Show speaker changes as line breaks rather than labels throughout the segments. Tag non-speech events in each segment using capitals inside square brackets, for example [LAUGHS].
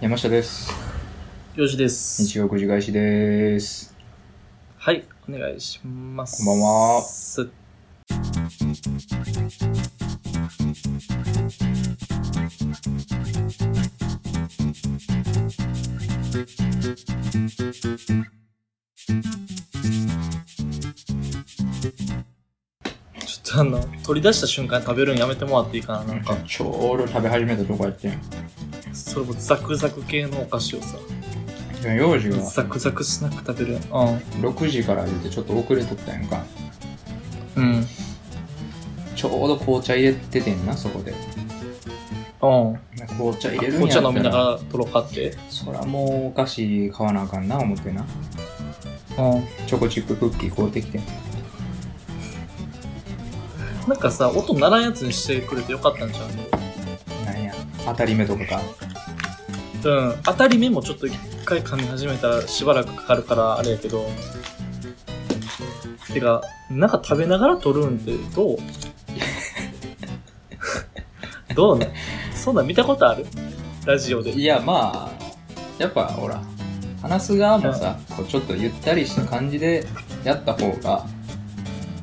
山下です。
よしです。
日曜くじ返しです。
はい、お願いします。
こんばんは
すちょっとあの、取り出した瞬間に食べるのやめてもらっていいかな。なんか、
ちょうど食べ始めたとこやってん。
それもザクザク系のお菓子をさ、
幼児が
ザクザクスナック食べるやん。うん。
6時から出てちょっと遅れとったやんか。
うん。
ちょうど紅茶入れててんな、そこで。
うん。
紅茶入れるんやっ
紅
た
茶
ら
飲みながらとろかって。
そらもうお菓子買わなあかんな、思ってな。
う
チョコチップクッキー買うてきてん。
ん。なんかさ、音鳴らんやつにしてくれてよかったんちゃ
なんや、当たり目とかか。
ううん。当たり目もちょっと一回噛み始めたらしばらくかかるからあれやけど。てか、なんか食べながら撮るんってどうどうねそんなん見たことあるラジオで。
いや、まあ、やっぱほら、話す側もさ、こうちょっとゆったりした感じでやった方が、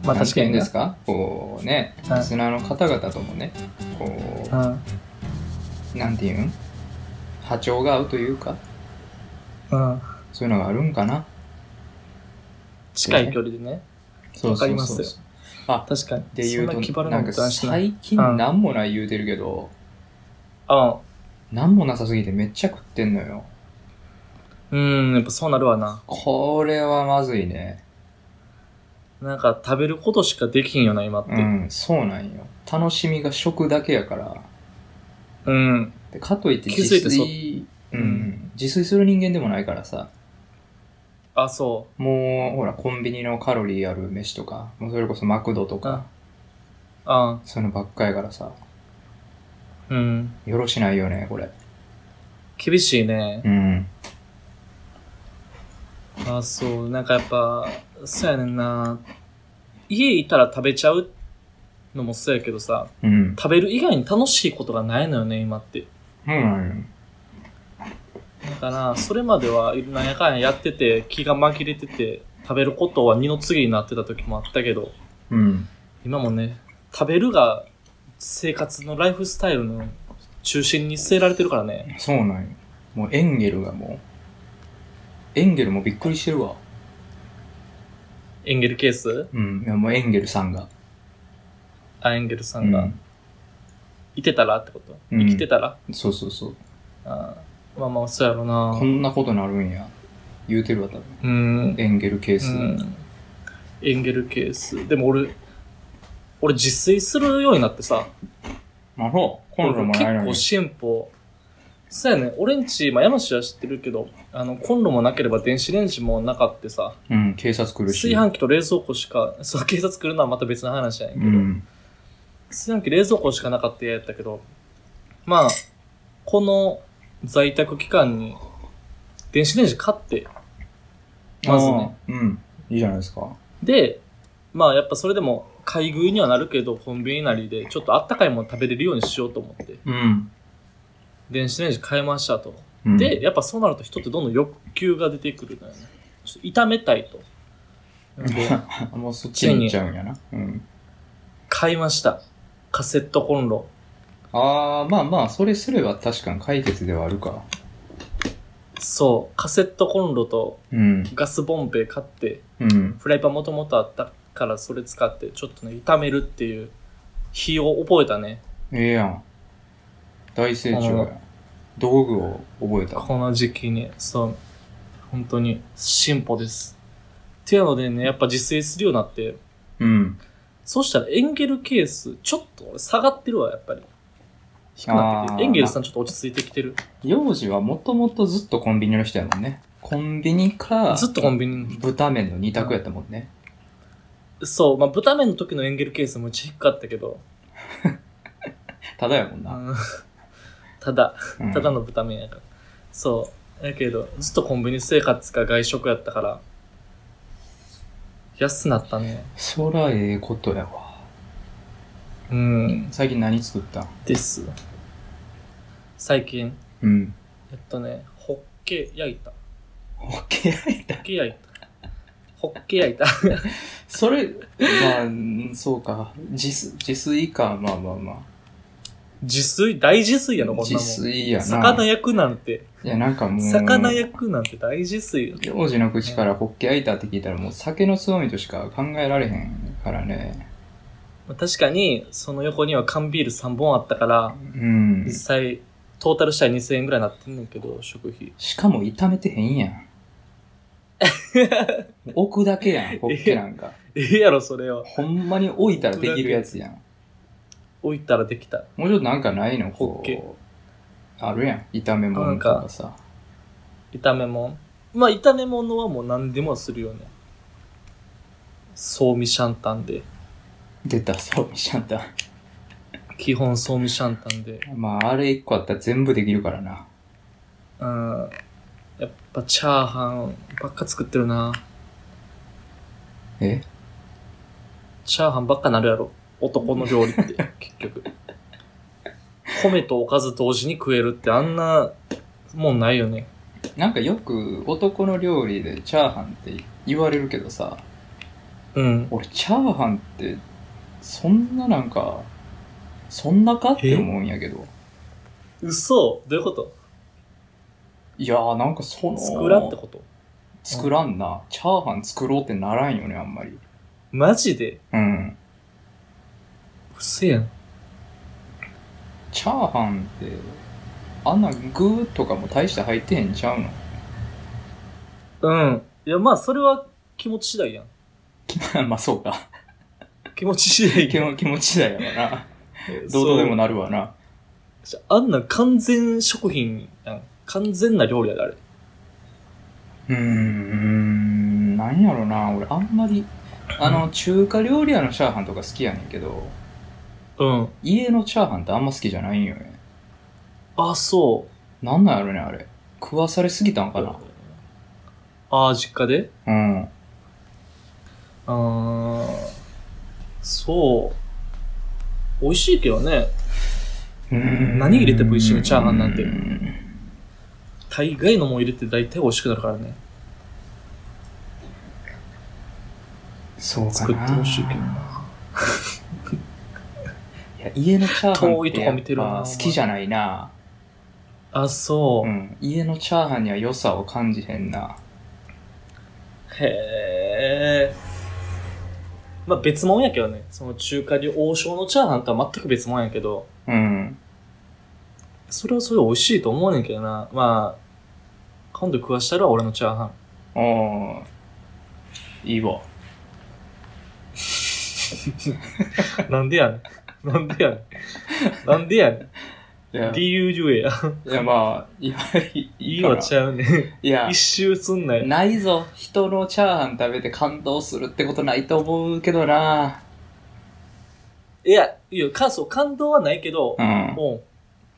まあ確か
なんて言う
に
んで
ね
すかこうね、
はい
リスナーの方々ともね、こ
う。、
うんなんていうん波長が合うというか、
うん。
そういうのがあるんかな。
近い距離でね。
そうそうそう
わかりますよ
あ、
確かに。
で言
そんな気
う
張
と、
ら
な
なんこ
か
とはしない。
最近
うん
なんもない言うてるけど、
うん。
なんもなさすぎてめっちゃ食ってんのよ。
うん、やっぱそうなるわな。
これはまずいね。
なんか食べることしかできひんよな、今って。
うん、そうなんよ。楽しみが食だけやから。
うん。
でかといって
気
自
づいてそ
炊、う、
うん
自炊する人間でもないからさ、
あ、そ
もうほらコンビニのカロリーある飯とか、もうそれこそマクドとか、
う。あ
そういうのばっかやからさ、
うん。
よろしないよね、これ。
厳しいね
う。ん。
あ、そう。なんかやっぱ、そうやねんな。家いたら食べちゃうのもそうやけどさ、
うん。
食べる以外に楽しいことがないのよね、今って。
そうなんよ。
だから、それまでは、なんやかんややってて、気が紛れてて、食べることは二の次になってた時もあったけど、
うん。
今もね、食べるが生活のライフスタイルの中心に据えられてるからね。
そうなんよ。もうエンゲルがもう、エンゲルもびっくりしてるわ。
エンゲルケース
うん。いやもうエンゲルさんが。
アエンゲルさんが。いてたらってこと、
うん
生きてたら
うんそうそうそう。
あーまあまあ、そうやろな
こ。んなことなるんや。言うてるわ、多分。
うん。
エンゲルケース。
うんエンゲルケース。でも俺、俺自炊するようになって
あ、
さ、
そう。
俺
今度もないのに
結構。進歩。そうやね、俺んち、まあ、山氏は知ってるけど、あの、コンロもなければ電子レンジもなかってさ、
うん、警察来るし。
炊飯器と冷蔵庫しか、そう、警察来るのはまた別の話やねんけ
う
ど、
ん。
炊飯器冷蔵庫しかなかったやったけど、まあ、この在宅期間に、電子レンジ買って、まずね。
あー。うん。いいじゃないですか。
で、まあやっぱそれでも買い食いにはなるけど、コンビニなりでちょっとあったかいもの食べれるようにしようと思って、
うん。
電子レンジ買いましたと。
うん、
で、やっぱそうなると人ってどんどん欲求が出てくるんだよね。ちょっと炒めたいと。なん
[LAUGHS]
で
もうそっちに行っちゃうんやな。うん。
買いました。カセットコンロ。
ああ、まあまあ、それすれば確かに解決ではあるか。
そう、カセットコンロと
うん。
ガスボンベ買って、
うん。
フライパンもともとあったからそれ使ってちょっとね炒めるっていう日を覚えたね
ええやん。大成長や。道具を覚えた。
この時期にそう本当に進歩ですっていうのでねやっぱ自炊するようになって
うん。
そしたらエンゲルケースちょっと俺下がってるわやっぱり低くなって
あ
き
ー
てエンゲルさんちょっと落ち着いてきてる
幼児はもともとずっとコンビニの人やもんね。コンビニか、
ずっとコンビニ
豚麺の二択やったもんね。
のそうまあ豚麺の時のエンゲルケースもち低かったけど、
ただやもんな。
うんただ
うん
ただの豚麺やから。そう。やけど、ずっとコンビニ生活か外食やったから、安なったね。
そらええことやわ。
うん。
最近何作ったん
です。最近、
うん。
えっとね、ホッケ焼いた。
ホッケ焼いた
ホッ。ケ焼いた。ホッケ焼いた。
[LAUGHS]
[LAUGHS]
それ、まあうん、そうか。自炊、自炊か。まあまあま
自炊、大自炊
あ
やろ、こ。ん
自
なもん。
炊やな。
魚焼くなんて、
いや、なんかもう、
魚焼くなんて大自炊やろ。
幼児の口からホッケ開いたって聞いたらもう酒のつまみとしか考えられへんからね。
まあ確かに、その横には缶ビール3本あったから、
うん
実。際、トータルしたら2000円ぐらいなってんねんけど、食費。
しかも炒めてへんや
[LAUGHS]
ん。置くだけやん、ホッケなんか。
ええやろ、それを。
ほんまに置いたらできるやつやん。
置いたらできた。
もうちょっとなんかないの
ホッ
こ
ケ
う。あるやん、炒め物とかさ。
炒め物。まあ、炒め物はもう何でもするよね。ソーミシャンタンで。
出た、そう、シャンタ
基本ソーミシャンタンで。
ン。まあ、あれ一個あったら全部できるからな。
うん。やっぱチャーハンばっか作ってるな。
え
チャーハンばっかなるやろ。男の料理って、結局。米とおかず同時に食えるってあんなもんないよね。
なんかよく男の料理でチャーハンって言われるけどさ、
うん。
俺チャーハンってそんななんかそんなかって思うんやけど
嘘どういうこと
いやーなんかその
作らんってこと
作らんなチャーハン作ろうってならんよねあんまり
マジで
うん
嘘やん。
チャーハンってあんな具とかも大して入ってへんちゃうの
うん。いや、まあ、それは気持ち次第やん。
[LAUGHS] まあそうか
気持ち次第
気
やん。
持気持ちだよなどうとでもなるわな
そうあんなん完全食品やん。完全な料理やで、あれ。
うーんなんやろな俺あんまりあの中華料理屋のチャーハンとか好きやねんけど
うん。
家のチャーハンってあんま好きじゃないんよね
あ、そ
なんなんやろね、あれ。食わされすぎたん
う。
かな。
あー、実家で
うん。
あー、そう。美味しいけどね。何入れても一緒にチャーハンなんて
うん
大概のもん入れて大体美味しくなるからね。
そうか
作って
な。
ほしいけどな。
いや、家のチャーハン
遠い
って
と
や
こ
っ
見てるな
ぱ好きじゃないな。
あ、そうう。
ん。家のチャーハンには良さを感じへんな。
へえ。まあ別物やけどね。その中華料王将のチャーハンとは全く別物やけど、
うん。
それはそれで美味しいと思うねんけどな。まあ、今度食わしたら俺のチャーハン。 [LAUGHS]
ああ。いいわ。
なんでやねん。なんでやねん。なんでやね
いや、
ん。
い
理由言えや。
やまあ、 [LAUGHS] いや、い
い
い
い
か
わ
ら
ちゃうねん。
いや
一、周すんなよ。
ないぞ。人のチャーハン食べて感動するってことないと思うけどな。
いや、いや、感想、感動はないけど
う、ん。
も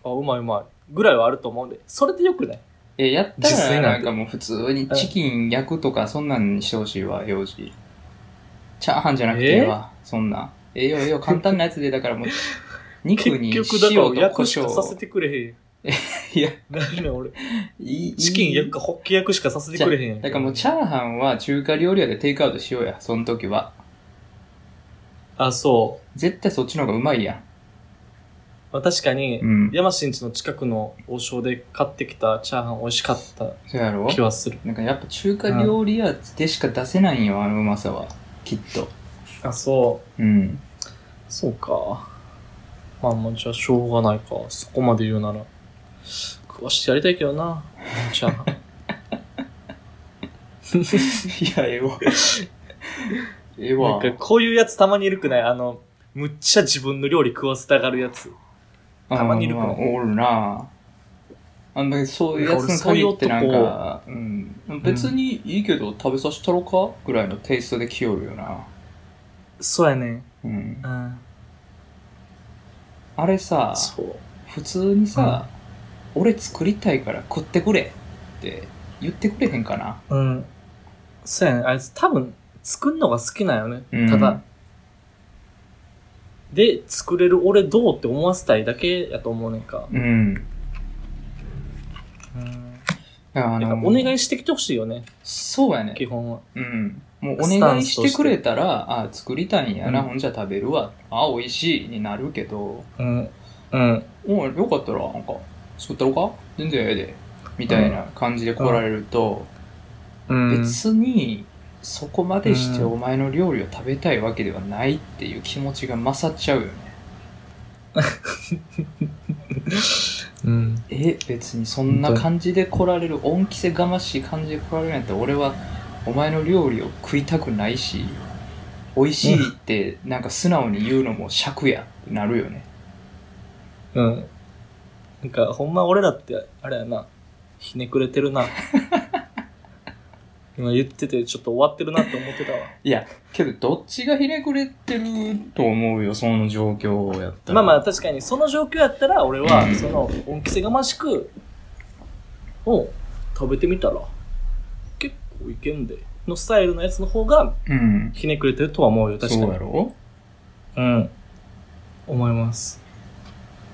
う、あ、うまいうまい。ぐらいはあると思うんで、それでよくない
え、やった
実
ら
際なん
なん
て
かもう普通にチキン焼くとかそんなんにしてほしいわ、幼児。チャーハンじゃなくてええわ、そんなん。ええよええよ、簡単なやつで、だ
[LAUGHS]
からもう、肉
結
に
局だから
塩と
焼
胡
くし
椒
かさせてくれへん。
いや、
なんねん俺。
いい。
チキン焼くかホッケ焼くしかさせてくれへんやん。
だからもうチャーハンは中華料理屋でテイクアウトしようや、その時は。
あ、そう。
絶対そっちの方がうまいやん。
まあ、確かに、
うん
山新地の近くの王将で買ってきたチャーハン美味しかった
そうやろ
気はする。
なんかやっぱ中華料理屋でしか出せないんよ、あのうまさは。きっと。
あ、そう。 [LAUGHS]
うん。
そうか。まあまあ、じゃあしょうがないか。そこまで言うなら。食わしてやりたいけど [LAUGHS] な。チャーハン。
いや、ええ
[LAUGHS]
わ。ええ
な
わ
ん。かこういうやつたまにいるくないあの、むっちゃ自分の料理食わせたがるやつ。たまにいるか
あ
ら
ーおるなあんまりそういうやつに限ってなんか、うん、別にいいけど食べさせたろかぐらいのテイストで来よるよな。
そうやね。
うん。
うん。
あれさ、
そう。
普通にさ、俺作りたいから食ってくれって言ってくれへんかな。
うん。そうやね。あいつ多分作るのが好きなんよね。
うん
ただ。で、作れる俺どうって思わせたいだけやと思うねんか。
うん。
うん。
あ
なんか
の
お願いしてきてほしいよね、
そうやね。
基本は。
うん。もうお
スタ
願い
ンス
し
として
てくれたら、あ作りたいんやな、
うん
ほんじゃ食べるわ。あ美味しいになるけど、
うん。うん。
おいよかったら、なんか、作ったろか全然ええで。みたいな感じで来られると、
うん。
別に、そこまでして
うん
お前の料理を食べたいわけではないっていう気持ちが勝っちゃうよね。
うん。
え、別にそんな感じで来られる、恩着せがましい感じで来られるんやったら、俺はお前の料理を食いたくないし、美味しいってなんか素直に言うのも尺やってなるよね。
うん。なんか、ほんま俺らって、あれやな、ひねくれてる [LAUGHS] な。今言ってて、ちょっと終わってるなって思ってたわ。
いや、けどどっちがひねくれてると思うよ、その状況やった
ま
ら。
あまあ、確かに、その状況やったら、俺は
うん、
その、恩着せがましく、を食べてみたら、結構いけんで、のスタイルのやつの方が、
うん。
ひねくれてるとは思うよ、確か
そう
に
や。ろ
うん。思います。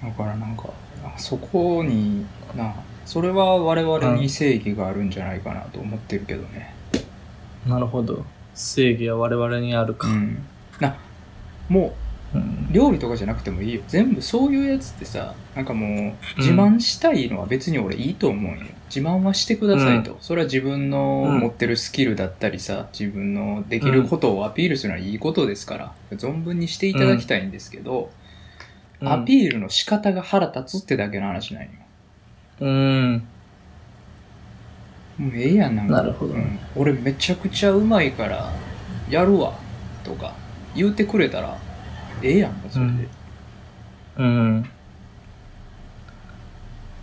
だからなんか、そこにな、それは我々に正義があるんじゃないかなと思ってるけどね。
なるほど。正義は我々にある
う
か。
ん。な、もう、
うん。
料理とかじゃなくてもいいよ全部そういうやつってさなんかもう自慢したいのは別に俺いいと思うんよ自慢はしてくださいと、それは自分の
うん
持ってるスキルだったりさ自分のできることをアピールするのはいいことですから存分にしていただきたいんですけど、アピールの仕方が腹立つってだけの話なんよ
うん。
もうええやんなんか
なるほど
うん俺めちゃくちゃうまいからやるわとか言うてくれたらええやんもうそれで、
うんうん。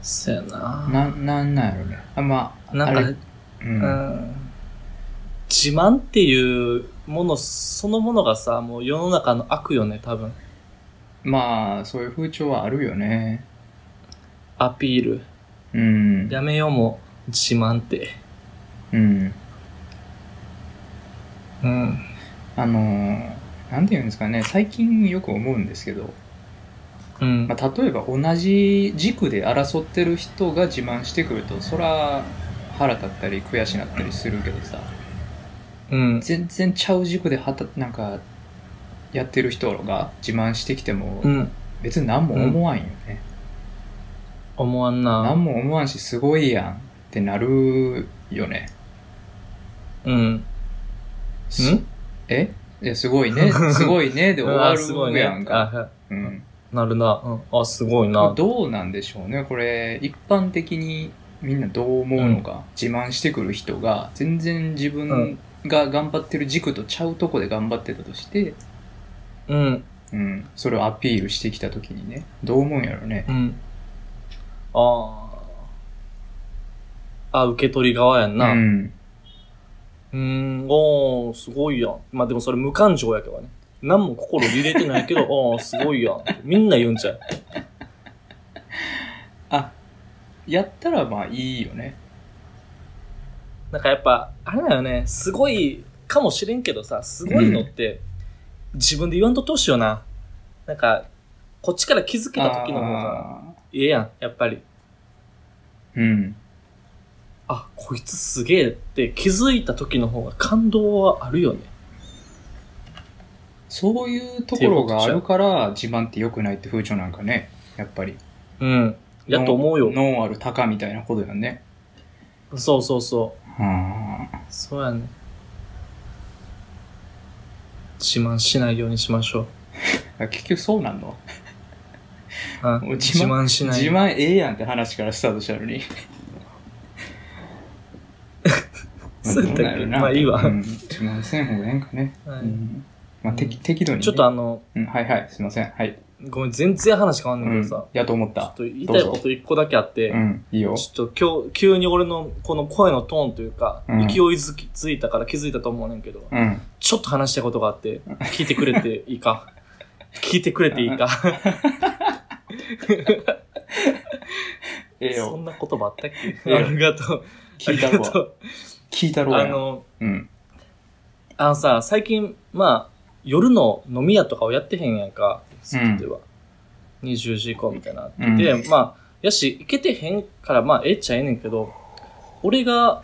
そやな。
なん、なんなんやろね。あ、まあ、
なん
あ
か、
れうん
う。ん。自慢っていうものそのものがさ、もう世の中の悪よね、多分。
まあ、そういう風潮はあるよね。
アピール。
うん。
やめようもう、自慢って。
うん。
うん。
あのーなんて言うんですかね、最近よく思うんですけど、
うん。
まあ、例えば同じ軸で争ってる人が自慢してくると、そら、腹立ったり悔しなったりするけどさ、
うん。
全然ちゃう軸ではた、なんか、やってる人が自慢してきても
う、ん。
別に何も思わんよね。
思わんな。
何も思わんし、すごいやんってなるよね。
うん。ん
えいや、すごい
[LAUGHS]
ね、すごいね、で終わ
あすごい
る
ね
やんか。
あ
うん。
なるな。うん。あ、すごい
これ
な。
どうなんでしょうね、これ、一般的にみんなどう思うのか、自慢してくる人が、全然自分が頑張ってる軸とちゃうとこで頑張ってたとして、
うん。
うん、それをアピールしてきたときにね、どう思うんやろね
う。ん。ああ。あ、受け取り側やんな。
う
うん、
ん。
ーん、おー、すごいやん。まあでもそれ無感情やけどね。何も心揺れてな
[LAUGHS]
いけど、おー、すごいやん。みんな言うんちゃう。
あ、やったらまあいいよね。
なんかやっぱ、あれだよね、すごいかもしれんけどさ、すごいのって、自分で言わんとってほしいよな。なんか、こっちから気づけた時の方が、
あ
ええやん、やっぱり。
ーうん。
あ、こいつすげえって気づいた時の方が感動はあるよね。
そういうところがあるから、自慢って良くないって風潮なんかね、やっぱり。
うん。やと思うよ。
ノンノンアル高みたいなことよね。
そうそうそう。
はあ
そうやね。自慢しないようにしましょう。
あ結局そうなんの
あ
もう
自
自慢
慢しない。
自慢ええやんって話からスタートしたのに。
[LAUGHS] そうやったっけ
どなんやろな
まあいいわ
うん自慢せん方がええんかね。
はい
うんまあ、てき
うん
適度にね、
ちょっとあの、
うんはいはい、すいません。はい。
ごめん、全然話変わん
う
ないけ
ん
どさ、、
やと思っ
ちょ
た
っ。と言いたいこと一個だけあって、
うん、いいよ。
ちょっと今日、急に俺のこの声のトーンというか、
うん
勢いづきついたから気づいたと思うねんけど、
うん。
ちょっと話したいことがあって、聞いてくれていいか。聞いてくれていいか。
ええ
そ
よ。
んな言葉あったっ
ええ
け
よ
ありがとう。
聞いたろ
あり
う
がと
わ。
う
[LAUGHS] 聞いたろう
あ
や。
の、
うん。
あのさ、最近、まあ、夜の飲み屋とかをやってへんやんか、そこでは。20時以降みたいなのあって、
う
まあ、やし、行けてへんから、まあ、ええっちゃええねんけど、俺が、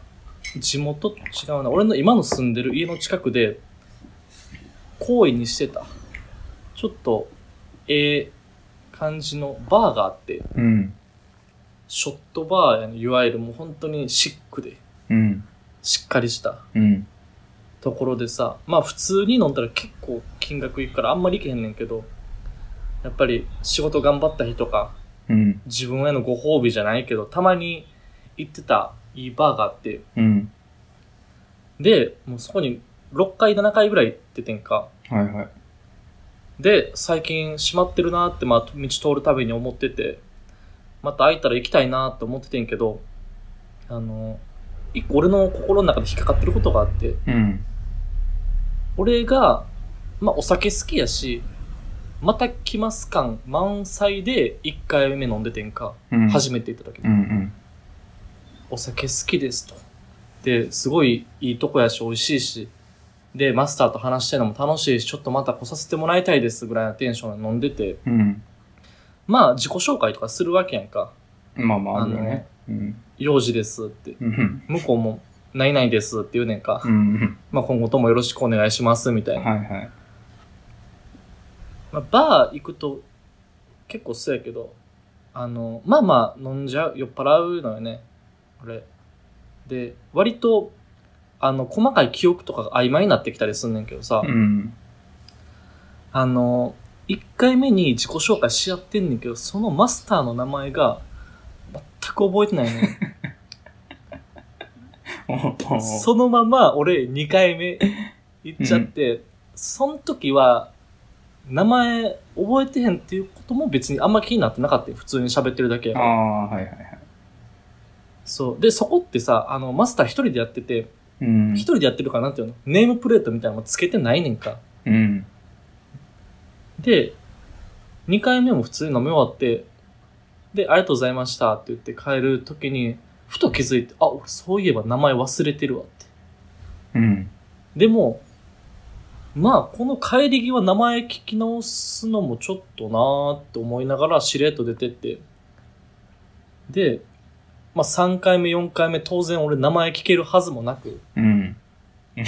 地元違うな。俺の今の住んでる家の近くで、行為にしてた。ちょっと、ええ感じのバーがあって、
うん。
ショットバーやねいわゆるもう本当にシックで、
うん。
しっかりした
うん。
ところでさ、まあ普通に飲んだら結構金額いくからあんまりいけへんねんけど、やっぱり仕事頑張った日とか、
うん。
自分へのご褒美じゃないけど、たまに行ってたいいバーがあって、
うん。
で、もうそこに6回7回ぐらい行っててんか。
はいはい。
で、最近閉まってるなって、まあ道通るたびに思ってて、また開いたら行きたいなって思っててんけど、あの、一個俺の心の中で引っかかってることがあって、
うん。
俺が、まあ、お酒好きやし、また来ます感満載で1回目飲んでてんか、
うん。
初めて行った時に、
うん
お酒好きですと。で、すごいいいとこやし、美味しいし、で、マスターと話してるのも楽しいし、ちょっとまた来させてもらいたいですぐらいのテンションで飲んでて、
うん。うん。
まあ、自己紹介とかするわけやんか。
まあまあ、あるよね。うん。
幼児ですって。
うん。
向こうも、ないないですって言うねんか。
うん。
まあ、今後ともよろしくお願いします、みたいな。
はいはい。
まあ、バー行くと結構そうやけどあのまあまあ飲んじゃう酔っ払うのよね俺で割とあの細かい記憶とかが曖昧になってきたりすんねんけどさ、
うん。
あの1回目に自己紹介し合ってんねんけどそのマスターの名前が全く覚えてないねそのまま俺2回目行っちゃって、その時は名前覚えてへんっていうことも別にあんま気になってなかったよ普通に喋ってるだけや
あ
から
あ、はいはいはい。
そう。で、そこってさ、あの、マスター一人でやってて、
うん
一。人でやってるからなんていうのネームプレートみたいなのもつけてないねんか。
うん。
で、二回目も普通に飲み終わって、で、ありがとうございましたって言って帰る時に、ふと気づいて、あ、俺そういえば名前忘れてるわって。
うん。
でも、まあ、この帰り際名前聞き直すのもちょっとなーって思いながらしれっと出てって。で、まあ3回目、4回目、当然俺名前聞けるはずもなく、
うん。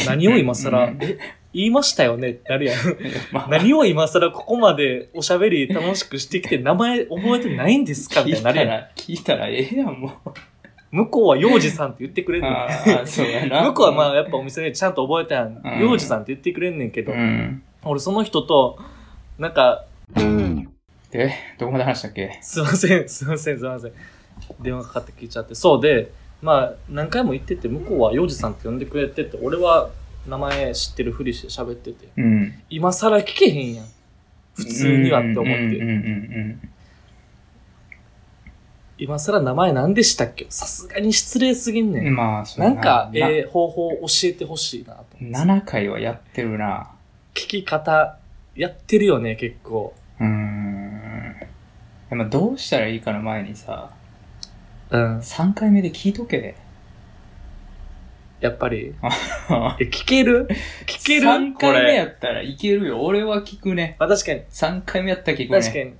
何を今更、
うん
え言いましたよねってなるやん。 [LAUGHS]
まあ、
何を今更ここまでおしゃべり楽しくしてきて名前覚えてないんですか
聞
みたい
い
にな
た
るやん。
ら、聞いたらええやん、もう。
向こうは幼児さんって言ってくれんねん。
ああ、そうやな。
[LAUGHS] 向こうはまあやっぱお店でちゃんと覚えたやん
う。ん
幼児さんって言ってくれんねんけど
う、ん。
俺その人と、なんか、
で、どこまで話したっけ
すいません、 [LAUGHS] すいません、すいません。電話かかって聞いちゃって。そうで、まあ何回も言ってて、向こうは幼児さんって呼んでくれてて、俺は名前知ってるふりして喋ってて、
うん。
今更聞けへんやん。普通にはって思って
うん。うん
今更名前何でしたっけさすがに失礼すぎん
う
ね
ん
ん。
うん。まあ、そう
な
や
んか、
な
ええ方法教えてほしいなと思って。
7回はやってるな。
聞き方、やってるよね、結構。
うーん。でもどうしたらいいかの前にさ、
うん。
3回目で聞いとけ。
やっぱり。
聞
え、聞ける聞ける
?3
こ
回目や
れ。
ったらいけるよ。俺は聞くね。
まあ確かに、
3回目やったら聞くね。
確かに。う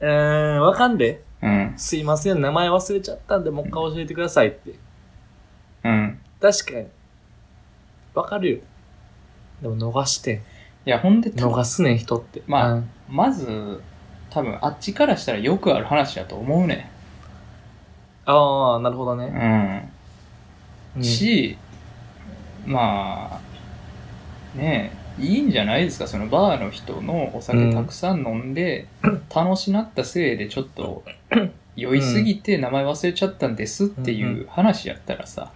ーん、わかんで。
うん。
すいません、名前忘れちゃったんで、もう一回教えてくださいって。
うん。
確かに。わかるよ。でも逃してん。
いや、ほんで、た
逃すねん、人って。
まあ
うん
まず、多分あっちからしたらよくある話だと思うね。
ああ、なるほどね。
う
うん
ん。し、まあ、ねえ、いいんじゃないですか、そのバーの人のお
う
酒
ん
たくさん飲んで、楽しなったせいでちょっと、酔いすぎて名前忘れちゃったんですっていう話やったらさ、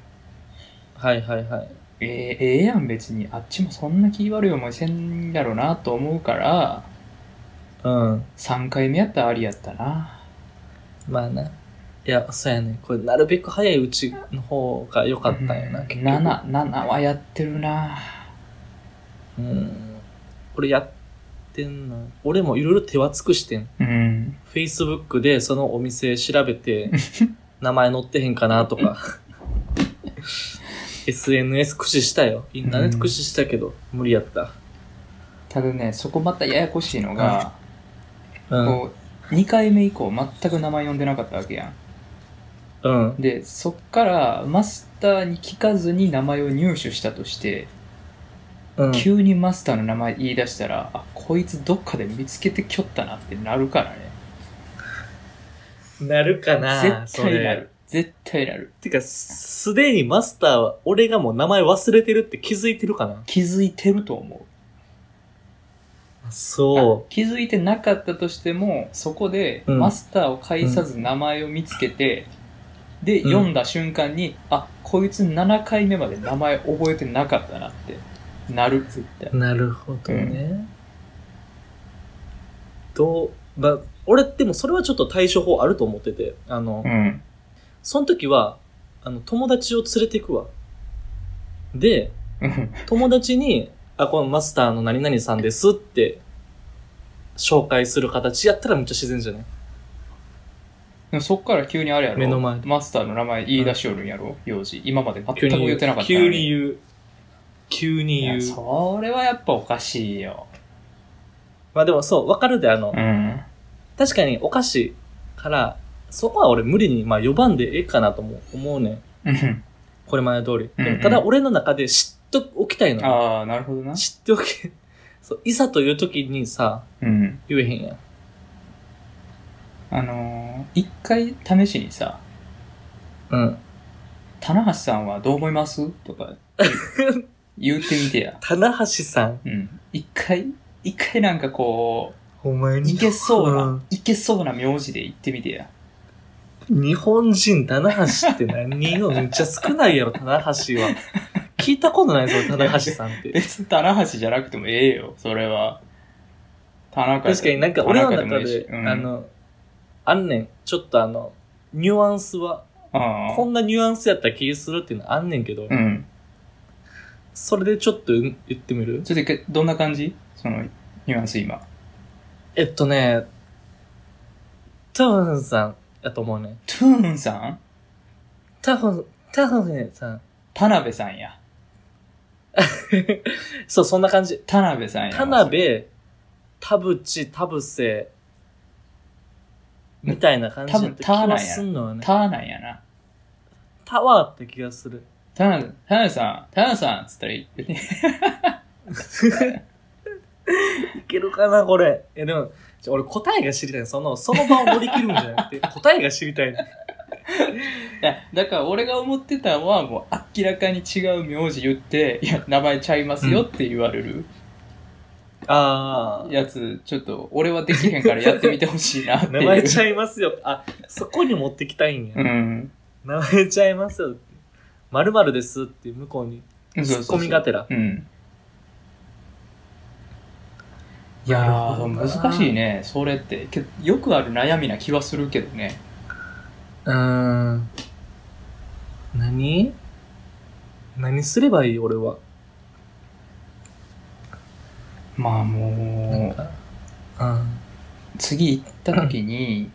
はいはいはい。
ええええやん別にあっちもそんな気悪い思いせんやろなと思うから
うん。
3回目やったらありやったな
まあな。いや、そうやね。これ、なるべく早いうちの方が良かったんやな、結局。
77はやってるな
うん。俺やってんの。俺もいろいろ手は尽くしてん。
うん。
Facebook でそのお店調べ [LAUGHS] て、名前載ってへんかなと [LAUGHS] か。SNS 駆使したよ。インターネット駆使したけど、無理やった。
ただね、そこまたややこしいのが、
うん。
こう、 2回目以降全く名前呼んでなかったわけや
うん
ん。でそっからマスターに聞かずに名前を入手したとして、
うん。
急にマスターの名前言い出したらあこいつどっかで見つけてきょったなってなるからね
なるかな
絶対な
それ
る絶対なる
てか、すでにマスターは、俺がもう名前忘れてるって気づいてるかな
気づいてると思う
そ
気づいてなかったとしてもそこで
うん
マスターを介さず名前を見つけて、で
うん
読んだ瞬間に、あこいつ7回目まで名前覚えてなかったなってなる絶対
う。なるほどね。どう、まあ、俺、でもそれはちょっと対処法あると思ってて、あの、
うん [LAUGHS]
その時は、あの、友達を連れていくわ。で、
うん
友達に、あ、このマスターの何々さんですって、紹介する形やったらめっちゃ自然じゃない
でもそっから急にあれやろ
目の前で
マスターの名前言い出しおるんやろ幼児今まで全く
急に
言
言
ってなか
う。
ったの
急
に
に言う。急に
い
言
や
う。
それはやっぱおかしいよ
まあでもそう、わかるで、あの、
うん [LAUGHS]
確かにお菓子から、そこは俺無理に、まあ呼ばんでええかなとも思うねん。
うん
これまで通り。で
うんう
も
ん
ただ俺の中で知っとおきたいのよ。
ああなるほどな
知っておき、 [LAUGHS] そう、いざという時にさ、
うん
言えへんやん。
あのー、一回試しにさ
うん。
「棚橋さんはどう思います?」と
[LAUGHS]
か言う言ってみてや
棚橋さん。
うん一回一回なんかこ
お前
ういけそう
う
なんいけそうな名字で言ってみてや
日本人、棚橋って何よめっちゃ少ないやろ、棚橋は。聞いたことないぞ、棚橋さ
[LAUGHS]
んって。
別に棚橋じゃなくてもええよそれは田中
確かになんか俺の
田
中
もいいし
で、
うん、
あの、あんねん、ちょっとあの、ニュアンスは、
あ
こんなニュアンスやったら気するっていうのあんねんけど、
うん
それでちょっと言ってみる
ちょっと一回どんな感じそのニュアンス今
えっとね、タフンさんやと思うねん。
トゥーンさん
タフン、タフンさん。
田辺さんや
そう、そんな感じ。
田辺さんや
田辺、田淵、田臥、みたいな感じだった気
多分田なん
が
や
すんのよね。
田なんやな
タワーって気がする。
田辺田辺さん田辺さんっつったらいい
いけるかな、これ。いや、でも、ちょ俺答えが知りたい。その、その場を乗り切るんじゃなくて、答えが知りたい。
いや、だから俺が思ってたのは、もう明らかに違う名字言って、いや、名前ちゃいますよって言われる
[LAUGHS] あ
やつ、ちょっと俺はできへんからやってみてほしいなって
あ。
いう。
[LAUGHS] 名前ち
ゃ
ゃいますよ。あ、そこに持ってきたいん
う
や。
ん。
名前ちゃいますよって。まるですって、向こうに。
そうそう
ツッコミがてら。
うん。いや
なるほどな
ー、難しいね、それって。けどよくある悩みな気はするけどね。
うーん。何何すればいい俺は。
まあ
なん
もう、
か。うん
次行った時に、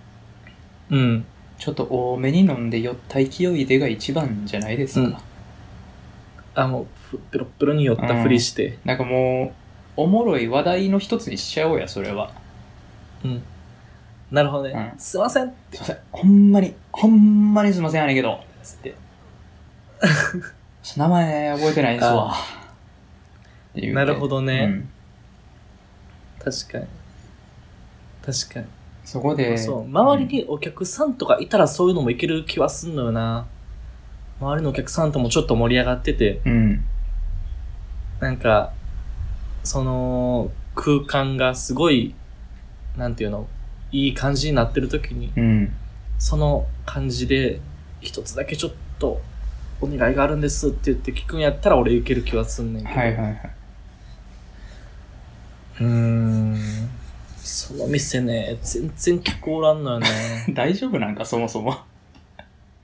うん。
ちょっと多めに飲んで酔った勢いでが一番じゃないですか。
うんあ、もう、ふペロッペロに寄ったふりして。
なんかもう、おもろい話題の一つにしちゃおうや、それは。
うん。なるほどね。
うん
すいません。
すいません、ほんまに、ほんまにすいませんやねんけど、つって。名前覚えてないですわ。って言うて
なるほどね
うん
確かに。確かに。
そこで、
そう。周りにお客さんとかいたらそういうのもいける気はすんのよな。周りのお客さんともちょっと盛り上がってて、
うん、
なんか、その空間がすごい、なんていうの、いい感じになってる時に、
うん、
その感じで、一つだけちょっと、お願いがあるんですって言って聞くんやったら俺いける気はすんねんけど。
はいはいはい。
うーん。その店ね、全然聞こおらんのよね。
[LAUGHS]
[LAUGHS]
大丈夫なんか、そもそも。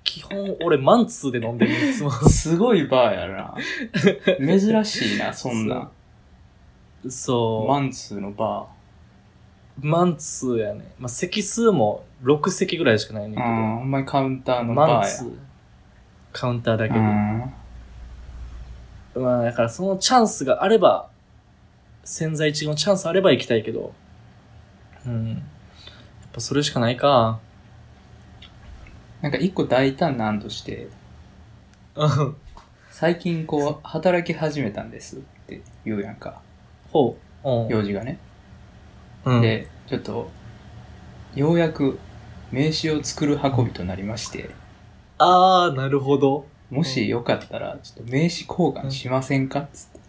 基本俺マンツーで飲んでる
[LAUGHS]
いつも。
すごいバーやな。珍しいな、そんな。
そう。
マンツーのバ
マンツーやね。まあ、席数も6席ぐらいしかない
ー。
ねんけ
あ
ど。
あ、ほんまにカウンターの
マ
バ
ン
ー
ツー。カウンターだけで。
や。
まあ、だからそのチャンスがあれば、潜在一遇のチャンスあれば行きたいけど。うん。やっぱそれしかない [LAUGHS] か。
なんか一個大胆な案として、
うん。
最近こう、働き始めたんですって言うやんか、
ほう。うん
用事がね。
うん。
で、ちょっと、ようやく名刺を作る運びとなりまして、
ああ、なるほど。
もしよかったら、ちょっと名刺交換しませんかっつって。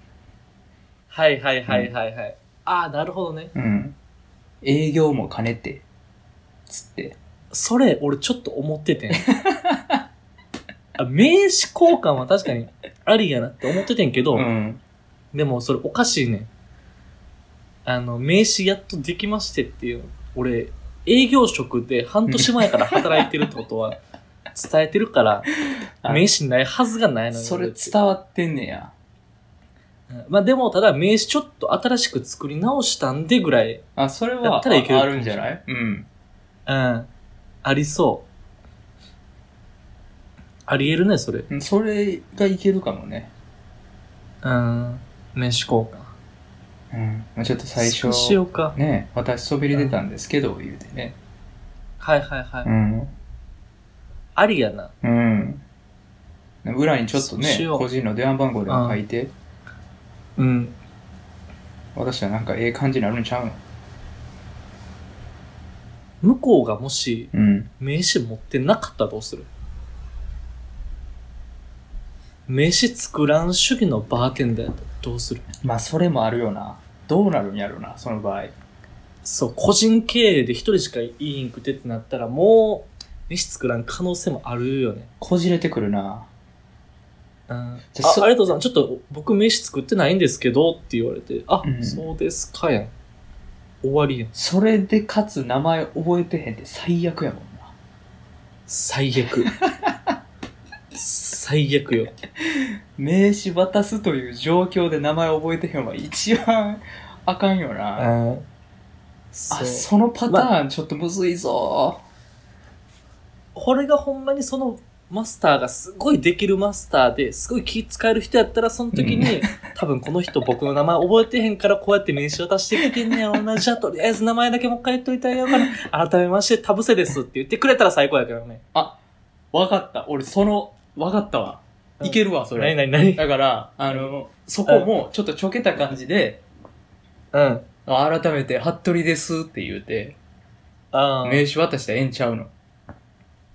はいはいはいはいはい。ああ、なるほどね。
うん。営業も兼ねて、つって。
それ、俺ちょっと思って [LAUGHS] てん。あ名刺交換は確かにありやなって思っててんけど、
うん。
でもそれおかしいねん。あの、名刺やっとできましてっていう。俺、営業職で半年前から働いてるってこ
[LAUGHS]
とは伝えてるから、
あ
名刺ないはずがないのよ。
そ
俺
れ
って
伝わってんねや。
うんまあでも、ただ名刺ちょっと新しく作り直したんでぐらい、
あ、それ
や
は
ったらいける
ああるんじゃないうん。
うん、ありそう。ありえるね、それ。
うんそれがいけるかもね。
うん、名刺交換。
うん。まあちょっと最初
そう、しようか。
ね、私そびれ出たんですけど、言うてね。
はいはいはい。
うん。
ありやな。
うん。裏にちょっと
そうし
ね、
よう
個人の電話番号でも書いて、
うん。
私はなんかええ感じになるんちゃうの
向こうがもし
うん。
名刺持ってなかったらどうする名刺作らん主義のバーテンダーやったらどうする
まあ、それもあるよな。どうなるんやろな、その場合。
そう、個人経営で一人しかいいインク出てなったらもう、飯作らん可能性もあるよね。
こじれてくるな。
うん、
じゃあ
あ
そ
ありがとうございます。ちょっと僕名刺作ってないんですけどって言われて、あ、
うん
そうですかやん。終わりやん。
それでかつ名前覚えてへんって最悪やもんな。
最
[LAUGHS]
悪。最悪よ。
名刺渡すという状況で名前覚えてへんは一番あかんよな。
うん。そ
あ、
う。
そのパターンちょっとむずいぞ。
これがほんまにそのマスターがすごいできるマスターですごい気使える人やったらその時に、多分この人僕の名前覚えてへんからこうやって名刺渡してきてんねやろな。じゃあとりあえず名前だけもう一回言っといたらやから、改めましてタブセですって言ってくれたら最高やけどね。
わかった。俺その、わかったわ。いけるわ、そ
なに
れ。
なになに
だから、あの、そこもちょっとちょけた感じで、
うん。
あ改めて、服部ですって言うて、
あー
名刺渡したらええんちゃうの。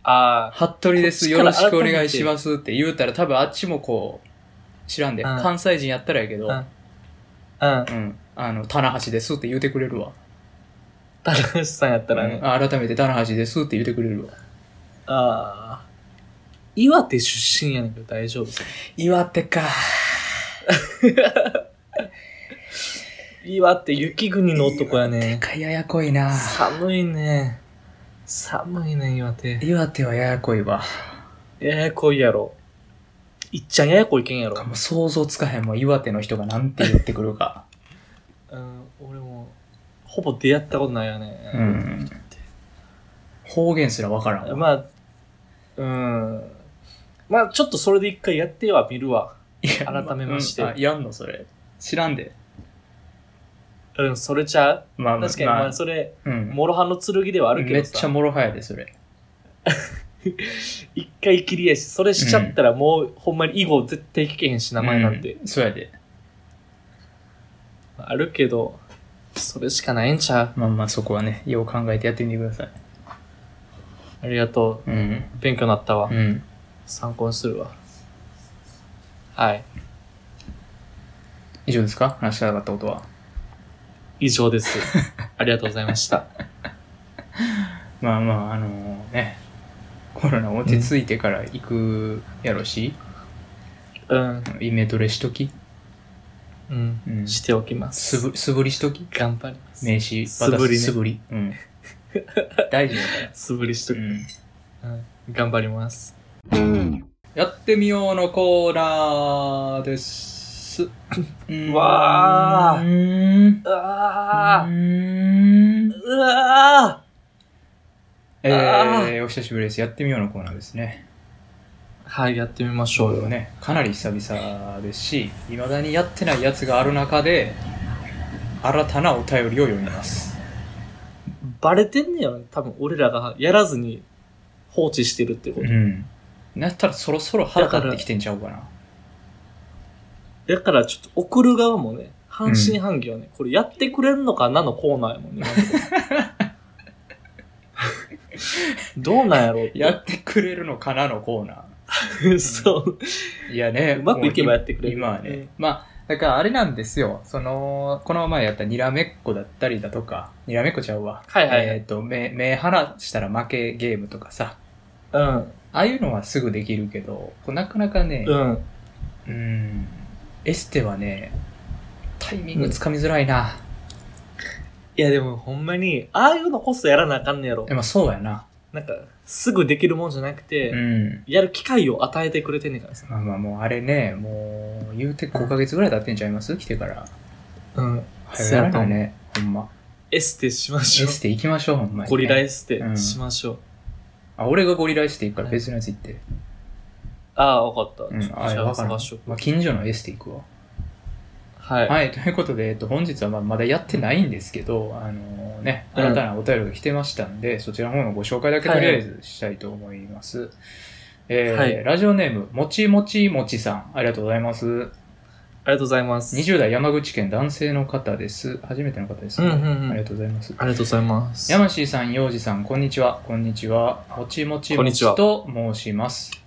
あ
服部です、
こ
よ
っ
ろ
ち
し
から
くお
改めて
願いしますって言うたら多分あっちもこう、知らんで、
うん
関西人やったらやけど、
うんー。うん。
うん。あの、棚橋ですって言うてくれるわ。
田中さんやったらね。
うんあ改めて棚橋ですって言うてくれるわ。
ああ。岩手出身やねんけど大丈夫そう
岩手か。
岩手雪国の男やね。
か、ややこいな
寒いね。寒いね、岩手。
岩手はややこいわ。
ややこいやろ。いっちゃんややこいけんやろ。
もう想像つかへんもん、岩手の人がなんて言ってくる
[LAUGHS]
か。
うん、俺も、ほぼ出会ったことないよね。
うん。方言すらわからんわ。
まあ、うん。まあ、ちょっとそれで一回やっては見るわ。
いや
改めまして
うんあやんの、それ。知らんで。
うん、それちゃう
まあ
確かに、
まあ
まあ、それ、
うん。
諸刃の剣ではあるけ
め
ど
っちゃ
さ、
もろはやで、それ。
一回きりやし、それしちゃったらもう、ほんまに以後絶対聞けへんし、名前なんて。
うそうやで。
あるけど、それしかないんちゃう
まあまあ、そこはね、よう考えてやってみてください。
ありがと
うん。
う。勉強になったわ。
うん。
参考にするわ。はい。
以上ですか話したかったことは。
以上 [LAUGHS] です。ありがとうございました。
まあまあ、あのね、コロナ落ち着いてから行くやろし、
うん、
イメトレしとき、
うん、
うん、
しておきます。
すぶ素振りしとき
頑張ります。
名刺
素振
渡
りね
す素振り。
[LAUGHS]
うん。大事だから。
素振りしと
う
く、
ん。
うん。頑張ります。
やってみようのコーナーです。う
わー
ー
うわ
う
ー
ーん。
うわ
え
あ
ー、お久しぶりです。やってみようのコーナーですね。
ーはい、やってみまし
こ
ょ
れ
う
は
よ。
ね、かなり久々ですし、いまだにやってないやつがある中で、新たなお便りを読みます。
バレてんねやろね。多分俺らがやらずに放置してるってこと。
うん。なったらそろそろ腹立ってきてんちゃうかな。
だからちょっと送る側もね、半信半疑はね、これやってくれんのかなのコーナーやもんね。なん [LAUGHS] かどうなんやろうって
やってくれるのかなのコーナ
そう。
ー。いやね。
うまくいけばやってくれる
今はね。
うん
まあ、だからあれなんですよ。その、この前やったにらめっこだったりだとか、にらめっこちゃうわ。
はいはいはい
えっ、と、目、目離したら負けゲームとかさ。
うん。
ああいうのはすぐできるけど、こうなかなかね、
うん。
うーん、エステはね、タイミングつかみづらいな。
いやでもほんまに、ああいうのこそやらなあかんねやろ
で。もそうやな。
なんか、すぐできるもんじゃなくて、
うん。
やる機会を与えてくれてんねんからさ。
まあまあもうあれね、もう言うて5ヶ月ぐらい経ってんちゃいます来てから。
うん。
早いなね、ほんま。
エステしま
エ
しょ
ステ行きましょう、ほんま
う。
に、
ゴリラエ
ス
ステしましょう。
あ、俺がゴリラエステ行くから別のやつ行って。
ああ、わかった。
うん、あ
じ
れ
ゃあ
わからん
探しと。く
まあ、近所のエステ行くわ。
はい。
はい、ということで、えっと、本日はまあまだやってないんですけど、あのね、
うん
新たなお便りが来てましたんで、そちらの方のご紹介だけとりあえずしたいと思います。えー
はい
ラジオネーム、もちもちもちさん、ありがとうございます。
ありがとうございます。
20代山口県男性の方です。初めての方です、
うんうんうん。
あ
あ
りが
りが
とうございます。
とうございます。
山師さん、洋二さん、こんにちは。こんにちは。もちもち
こん
も
に
ち
ちは
と申します。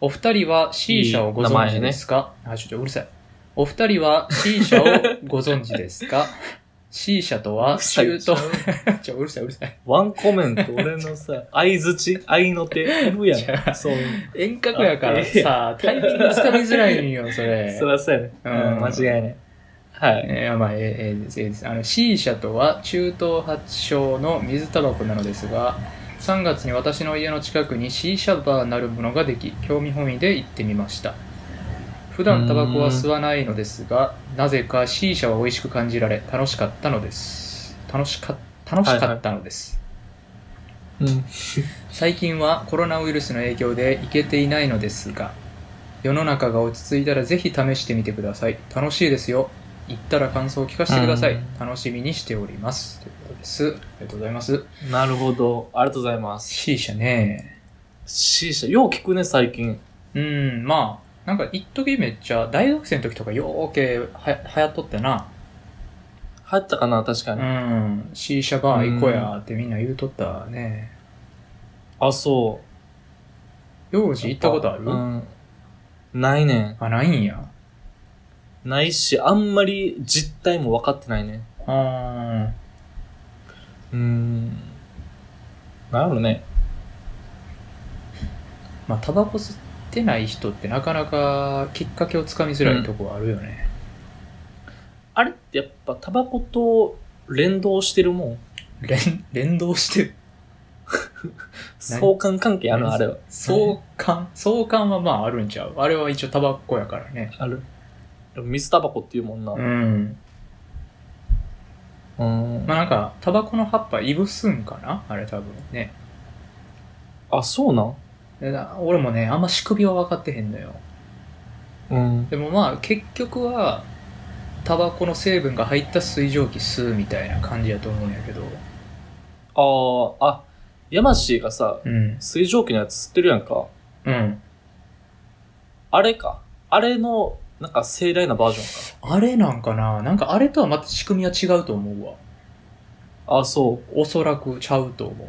お二人は C 社をご存知ですかあ、ちょっとうるさい。お二人は C 社をご存知ですか [LAUGHS] ?C 社とは中東、 [LAUGHS] ちょ、うるさい、うるさい。
ワンコメント、俺の
[LAUGHS]
さ、相づち、相の手、いるや
じゃあ
ん。そう。
遠隔やからさ、タイミングつかみづらいんよ、それ。
そりゃそうやね。
うん
うん、間違いない。はい。
えーまあ、えーえーです、えーです。あの、C 社とは中東発祥の水タバコなのですが、3月に私の家の近くに C 社バーなるものができ、興味本位で行ってみました。普段タバコは吸わないのですが、なぜか C 社は美味しく感じられ、楽しかったのです。楽しか、楽しかったのです。
うん。
最近はコロナウイルスの影響で行けていないのですが世の中が落ち着いたらぜひ試してみてください楽しいですよ行ったら感想を聞かせてください、
うん
楽しみにしておりますということですありがとうございます
なるほど。ありがとうございます。
C 社ね
C 社、よう聞くね、最近。
うんまあなんか一時めっちゃ大学生の時とかよーけは流行っとってな
流行ったかな、確か
う
に。
ん C 社バー行こうやってみんな言うとったね
あ、そう。
幼児行ったことある、
うん。ないね
あないんや
ん。ないし、あんまり実態も分かってないね。
あ
うーん。なるほどね。
まあ、タバコ吸ってない人ってなかなかきっかけをつかみづらいとこはあるよね。
あれってやっぱタバコと連動してるもん
連連動してる。
相関関係ある
何
あれは。
相関相関はまああるんちゃう。あれは一応タバコやからね。
ある。でも水タバコっていうもんな。う
うん。
ーん。
まあなんか、タバコの葉っぱいぶすんかなあれ多分ね。
あ、そうなん
でな俺もね、あんま仕組みは分かってへんのよ。
うん。
でもまあ結局は、タバコの成分が入った水蒸気吸うみたいな感じやと思うんやけど。
あー、あ、ヤマシーがさ、
うん。
水蒸気のやつ吸ってるやんか。
うん。
あれか。あれの、なんか盛大なバージョンか。
あれなんかななんかあれとはまた仕組みは違うと思うわ。
あ、そ
おそらくちゃうと思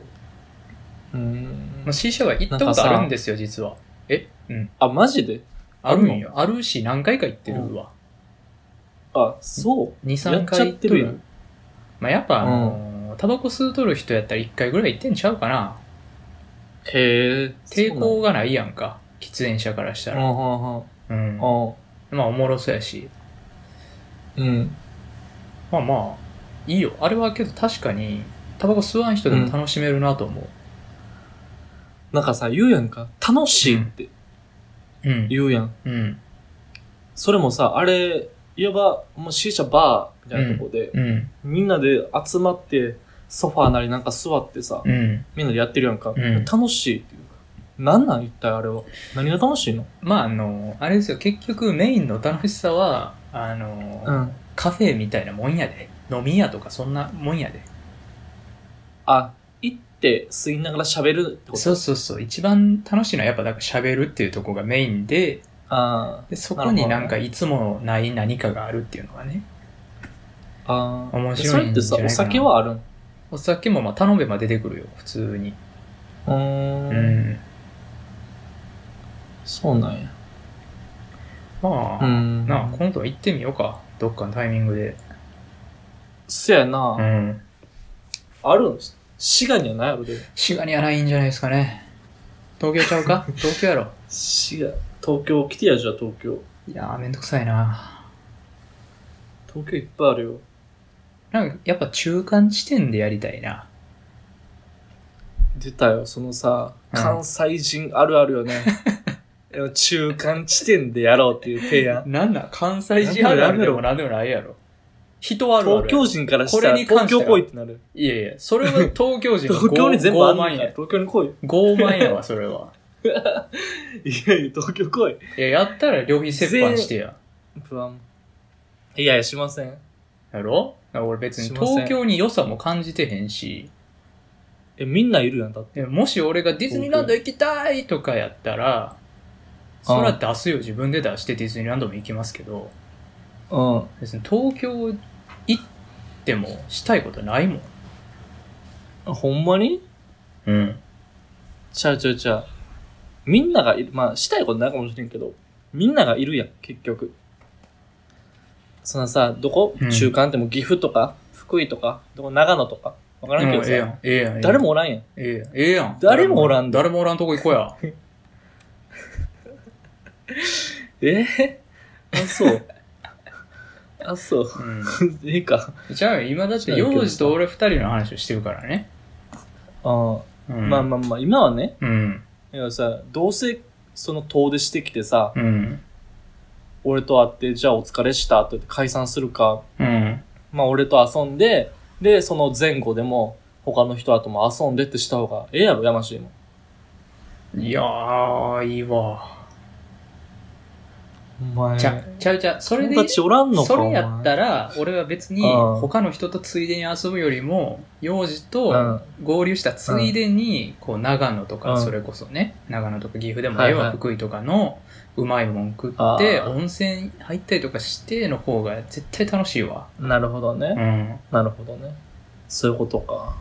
う。
う。うーん
まあ、。C 社は行ったことあるんですよ、実は。えうん。
あ、マジで
あ
あ
る
るの
んよ。あるし、何回か行ってるわ。
あ、そう。
2、
や
3
っちゃ
回
っ
行って
てる
る
や
よ
ん。。
まあ、やっぱ、あのータバコ吸うとる人やったら1回ぐらい行ってんちゃうかな。
へえ。
抵抗がないやんか。喫煙者からした
そうな
ら。
ん
う
うん
ん。まあ、
うん
おもろそうやし。
うん。うん。
まあまあ、いいよ。あれはけど確かに、タバコ吸わん人でも楽しめるなと思う。
なんかさ、言うやんか。楽しいって
うん。
言うやん。
うん。
それもさ、あれ、いわば、もう C 社バーみたいなとこで、
うん。
みんなで集まって、ソファーなりなんか座ってさ、
うん。
みんなでやってるやんか。
ん
楽しいっていう。なんなん一体あれは。何が楽しいの
まあ、あのーあれですよ。結局、メインの楽しさは、あのー
ん。
カフェみたいなもんやで飲み屋とかそんなもんやで
あ、行って吸いながら喋るってこと
そうそうそう。一番楽しいのはやっぱだから喋るっていうとこがメインで、
あー
でそこにな
なる
ん
ほ
か
ど
いつもない何かがあるっていうのがね。
あー。
面白い
それってさ、
んじゃ
お
ないかな
酒はあるん
お酒もまあ頼めば出てくるよ、普通に。
うー。
うんん。
そうなんや。
ま
う
あ、
ん。
なあ、今度行ってみようか。どっかのタイミングで。
そやな。
うん。
あるん滋賀にはないやろ、でも。
滋賀にはないんじゃないですかね。東京ちゃう
[LAUGHS]
か東京やろ。
滋賀、東京来てや、じゃあ東京。
いやー、めんどくさいな。
東京いっぱいあるよ。
なんか、やっぱ中間地点でやりたいな。
出たよ、そのさ、
うん
関西人あるあるよね。でも中間地点でやろうっていう提案。
なんなん関西
人
人
あ
あ
る
る
あ
あ
る
る
で
で
も
もなんでもないやろ。人あるあ
東
る。
京人からした
こ
ら
れに関し
東
ては
京来いってなる。
いやいや、そ
[LAUGHS]
れは東京人
東京に全部あ
傲
んのか
慢
ら
や。
東京に来い。い
傲慢やわ、それは。
やいや、東京来い。
いや、やったら旅費折半してや。
不安。いやいや、しません。
やろだから俺別に
しません
東京に良さも感じてへんし、
え、みんないるやん、だって。
でもし俺がディズニーランド行きたいとかやったら、そら出すよ、自分で出してディズニーランドも行きますけど、
うん。
別に東京行ってもしたいことないもん。
ほんまに
うん。
ちゃうちゃうちゃう。みんながいる、まあ、したいことないかもしれんけど、みんながいるやん、結局。そのさ、どこ、
うん
中間ってもう岐阜とか、福井とか、どこ長野とか、わからんけどさ、
ええやん、ええやん。
誰もおらんやん。
ええやん。ええやん。
誰もおらんで
誰もおらんとこ行こう
[LAUGHS]
や。
ええ [LAUGHS] あ、そう。あ、そう。 [LAUGHS]
う
ええか。
ん。じゃあ、今だって、幼児と俺二人の話をしてるからね。
あ
うん。
まあまあまあ、今はね、
うん。
いやさ、どうせ、その遠出してきてさ、
うん。
俺と会って、じゃあお疲れした、と言って解散するか、
うん。
まあ俺と遊んで、で、その前後でも他の人らとも遊んでってした方がええやろ、やましいも。
いやー、いいわ。
お前
ちゃ、ちゃうちゃう、それで、
友達おらんのか
それやった
ら、
ら、俺は別に、
うん
他の人とついでに遊ぶよりも、幼児
う
と
ん
合流したついでに、こう、長野と
う
か、
ん
それこそね、長野とか岐阜でも、ええ
はいは
わ、
い
福井とかの、うまいもん食
あ
って、
ー
温泉入ったりとかしての方が、絶対楽しいわ。
なるほどね、
うん。
なるほどね。そういうことか。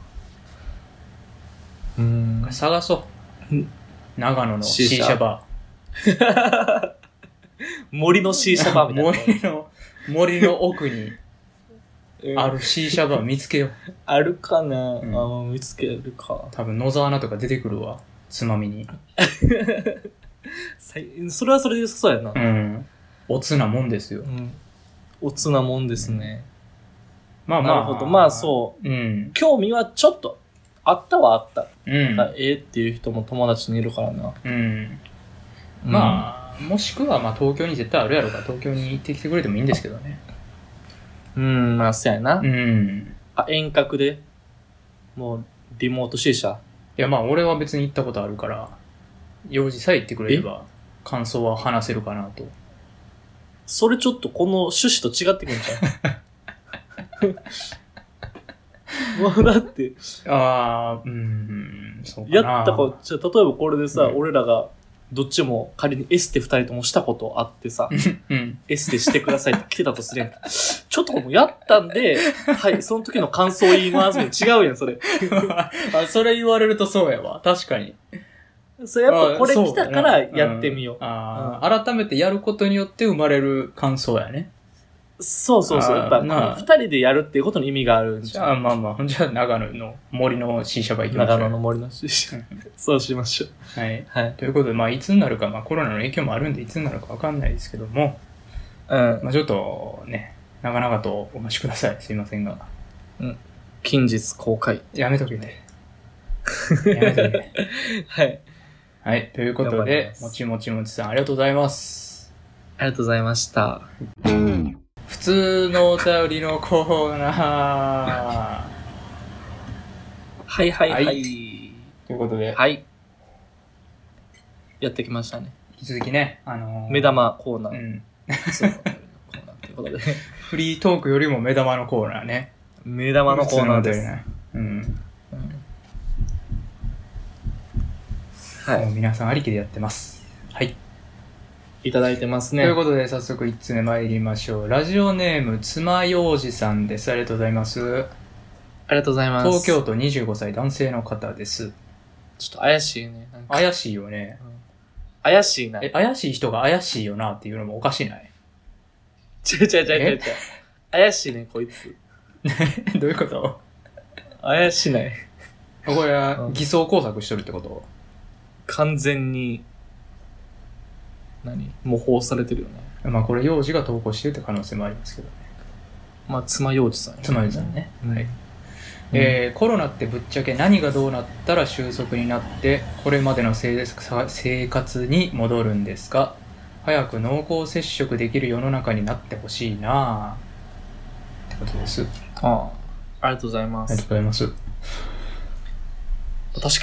うーん。
探そう
うん。
長野の
C
C
社
社バ
森の C
ー。
社バーみたいな。
森の、森の奥に
うん
ある C 社バー見つけよう。
あるかな、
ん
あもう見つけるか。
多分野沢菜とか出てくるわ。つまみに。
さいそれはそれで良さそうやな。
うん。おつなもんですよ
う。ん。おつなもんですね。
まあま
な
あ。。
るほど。まあそう
うん
う。。興味はちょっと、あったはあった。
うん。
ええっていう人も友達にいるからな。
うん。まあ、もしくは、まあ東京に絶対あるやろから、東京に行ってきてくれてもいいんですけどね。
うん、まあ、そうやな。
うん。
あ、遠隔で、もう、リモート C 社。
いやまあ俺は別に行ったことあるから、用事さえ言ってくれれば、感想は話せるかなと。
それちょっとこの趣旨と違ってくるんち
[LAUGHS]
ゃうもうだって、
ああ、うん、そうかな。
やったこと、じゃあ例えばこれでさ、
うん
俺らが、どっちも仮にエステ二人ともしたことあってさ、
うん。
エステしてくださいって来てたとすれん。ちょっともうやったんで、はい、その時の感想言いますね。違うやん、それ。 [LAUGHS]
あ、それ言われるとそうやわ。確かに。
それやっぱこれ
あそう
来たからやってみよう。
だなあー改めてやることによって生まれる感想やね。
そうそうそう。
あー
やっぱ、
なあ
二人でやるっていうことに意味があるん
じ
じ
ゃ
ゃ
あ
ん。
まあまあ、じ [LAUGHS] ゃあ長野の森の新車場行きましょ
長
う。
野の森の詩 [LAUGHS] そうしましょう。
はい。
はい。
ということで、まあいつになるか、まあコロナの影響もあるんでいつになるかわかんないですけども、
うん。
まあちょっとね、長々とお待ちください。すいませんが。
近日公開。
やめとけ
[LAUGHS]
て。やめとけて。
はい。
はい。というこ
頑
と
張り
で
ま、す
もちもちもちさんありがとうございます。
ありがとうございました。
普通のお便りのコーナー
はいはいはい。は。
はいということで、
やってきましたね。
引き続きね、あのー
目玉コーナ
う
ー。
ん、
そうコーナーということで。
フリートークよりも目玉のコーナーね。
目玉のコーナーです。
普通のお便りねうん。
うんは
もう皆さんありきでやってます。はい。
い。いただいてますね。
ということで、早速1つ目参りましょう。ラジオネーム、妻ようじさんです。ありがとうございます。
ありがとうございます。
東京。都25歳男性の方です。
ちょっと怪しいね。なんか
怪しいよね。
怪しいな。
え、
違
怪しい人が怪しいよなっていうのもおかしない。 [LAUGHS]
う違う違う違う違う。怪しいね、こいつ。
どういうこと
怪しない。
これは
うん
偽装工作しとるってこと
完全に、何模倣されてるよね。
まあこれ、幼児が投稿してるって可能性もありますけどね。
まあ、妻幼児さん、ね。
妻ようじさんね。
はい。
えーコロナってぶっちゃけ何がどうなったら収束になってこれまでのせいさ生活に戻るんですか早く濃厚接触できる世の中になってほしいなぁってことですあ
ああありがとうございま
りがとう
す。
ございます